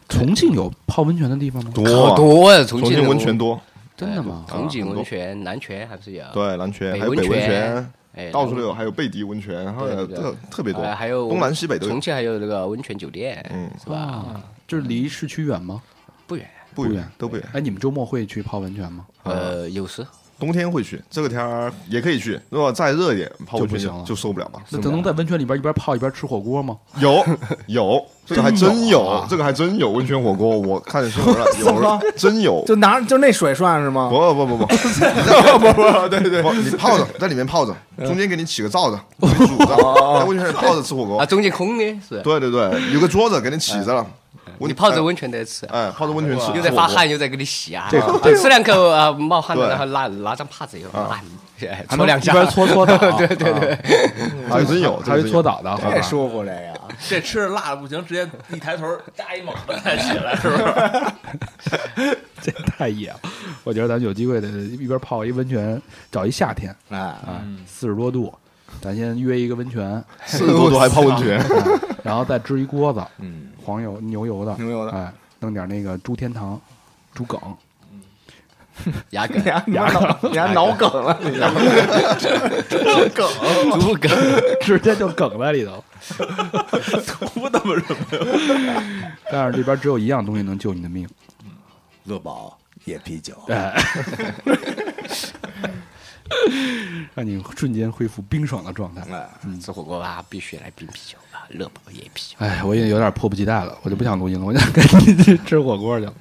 重庆有泡温泉的地方吗？多啊多呀，重重庆庆温泉，多，真的吗？铜井啊很温多泉、南泉还是有，对，南泉北还有北温温泉泉，哎，到处都有，还有贝迪温泉，还对有对特特别多呃，还有东南西北都有重，庆还有那个温泉酒店，嗯，是吧？啊，就是离市区远吗？哎不远，不不远远都不远，嗯哎，你们周末会去泡温泉吗？呃，有时冬天会去，这个天儿也可以去。如果再热一点，泡温就不泉行了就受不了了。那能在温泉里边一边泡一边吃火锅吗？ 有有，这个还真有，这个还真有温泉火锅，我看新闻了，有真 有。就拿就那水涮 是吗？不不不不不不不，对对，你泡着在里面泡着，嗯中间给你起个罩子，给哦你煮着，在温泉里泡着吃火啊，锅。中间空的是吧，对对对，有个桌子给你起着了，我哎你泡着温泉在吃，哎泡着温泉啊吃，又在发汗，又在给你洗啊，啊吃两口啊冒汗了，对然后拿拿张帕子以后啊，哎还搓能两一下，边搓搓 的，对对对，还真有，还会搓倒的，好吧太舒服了呀！这吃着辣的不行，直接一抬头扎一猛子起来，是不 是？这太野了。我觉得咱们有机会得一边泡一温泉，找一夏天哎，啊，四十多度，咱先约一个温泉，嗯四十多度还泡温 泉，然后再支一锅子，嗯，黄油、牛油的，牛油的哎，弄点那个猪天堂、猪梗，牙根 你。还你还脑你还脑梗了，你猪梗， 直接就梗在里头。图他妈什么？但是这边只有一样东西能救你的命， 乐宝野啤酒，哎， 让你瞬间恢复冰爽的状态。哎，吃嗯火锅吧，必须来冰啤酒吧，热宝也啤酒。哎，我也有点迫不及待了，我就不想录音了，我想赶紧去吃火锅去了。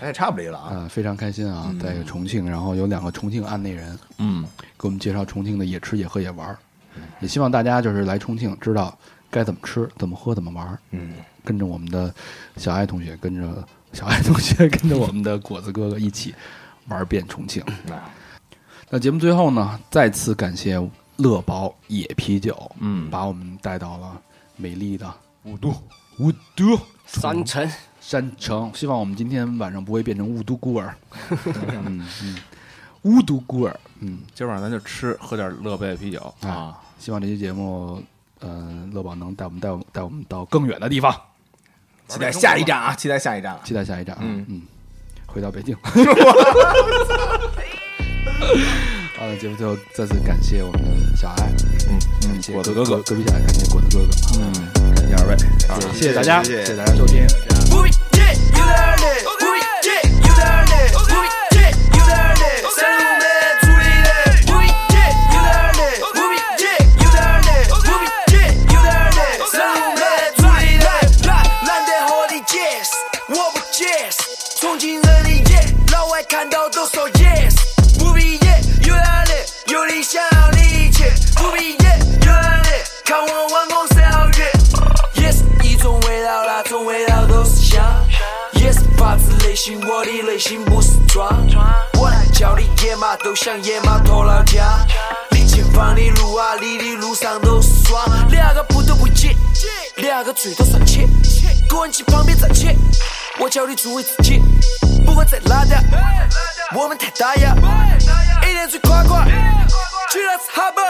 哎，差不离了啊！啊，非常开心啊，在重庆，然后有两个重庆案内人嗯，给我们介绍重庆的也吃也喝也玩儿，也希望大家就是来重庆知道该怎么吃、怎么喝、怎么玩儿。嗯，跟着我们的小爱同学，跟着小爱同学，跟着我们的果子哥哥一起玩遍重庆。那节目最后呢，再次感谢乐宝野啤酒，嗯把我们带到了美丽的雾都，雾都三层，山城，希望我们今天晚上不会变成雾都孤 儿。嗯嗯，雾都孤儿，嗯今儿晚上咱就吃，喝点乐贝啤酒啊。，希望这期节目，呃，乐宝能带我们带我们带我们到更远的地方，期待下一站啊！期待下一站啊！期待下一站啊，嗯嗯，回到北 京。好的，节目最后再次感谢我们的小爱，嗯，感谢果子哥哥隔壁小爱，感谢果子哥哥，嗯，感谢二位，谢谢大家，谢谢大家收听。 Move it, yeah, you learn it. Move it, yeah, you learn it. Move it, yeah, you learn it. 살롱에 둘이래. Move it, yeah, you learn it. Move it, yeah, you learn it. Move it, yeah, you learn it. 살롱에 둘이래. 나, 난내 허리 yes, 我不 yes. 重庆人你也老外看到都说 yes。Move it, yeah, you learn it. 有理想，理解。Move it, yeah, you learn it. 看我弯弓射越。Yes，一种味道，那种味道都是香。Yes，发自内心，我的内心不是装。我来叫你野马，都像野马拖拉机。你前方的路啊，你的路上都是霜。两个步都不急，两个最多上去，滚去旁边站起。我叫你做为自己，不管再拉掉，我们太打压。一年最夸夸，去了是哈本。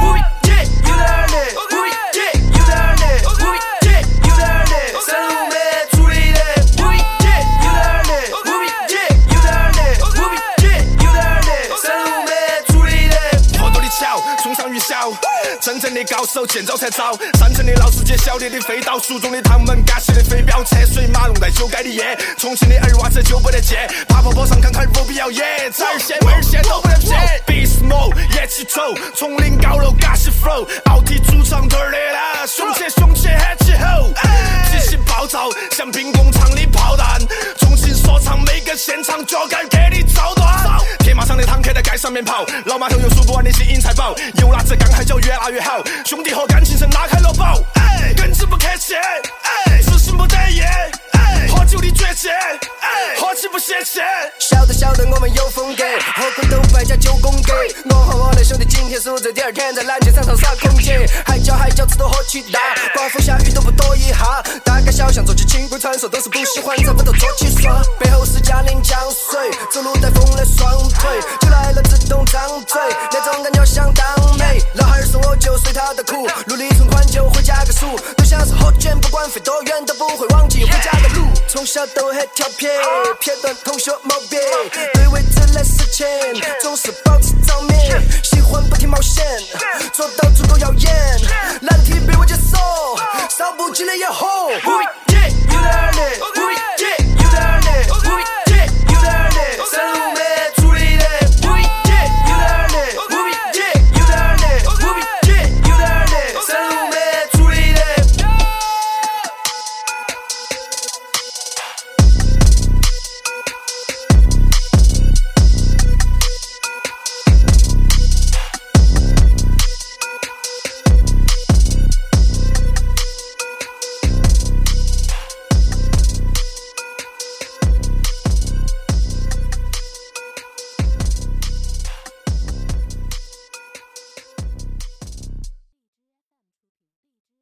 不一定 You learn it, we did, you learn it, we did, you learn it. 山路没处理的，we did, you learn it, we did, you learn it, we did, you learn it. 山路没处理的。好多的巧，冲上云霄，真正的高手见招拆招，山城的老司机，小弟的飞刀，蜀中的唐门，嘎西的飞镖，车水马龙在酒街的夜，重庆的二娃子就不得见，爬坡坡上看看不必要耶，这儿线味儿线都不得骗，Beast Mode 一起走，丛林高楼嘎西 flow，奥体主场队儿的啦，雄起雄起喊起吼，哎激情暴躁像兵工厂的炮弹，重庆说唱每个现场脚杆给你照断，铁马上的坦克在街上面跑，老马头有数啊不完的金银财宝，有辣子刚还叫越辣越好，兄弟伙感情深拉开了宝，哎，耿直不客气，哎，自信不得意，哎，喝酒的绝技，哎，喝起不泄气。晓得晓得我们有风格，后空都摆加九宫格。我和我的兄弟今天输在第二天在篮球场上耍空姐，海椒海椒吃多喝起大，刮风下雨都不躲一下。大街小巷做起清规传说，都是不喜欢找不到捉起耍。背后是嘉陵江水，走路带风的双腿，酒来了自动张嘴，那种感觉相当美。老汉儿说我就随他的苦，努力存款就会加个数，都像是火箭，不管飞多远都不会忘记回家的路。从小都很调皮，片段同学 Uh 毛病，对未知的事情总是保持着迷，喜欢不停冒险，做到足够耀眼，难题被我接受，伤不起的也红。We did, you learn it. We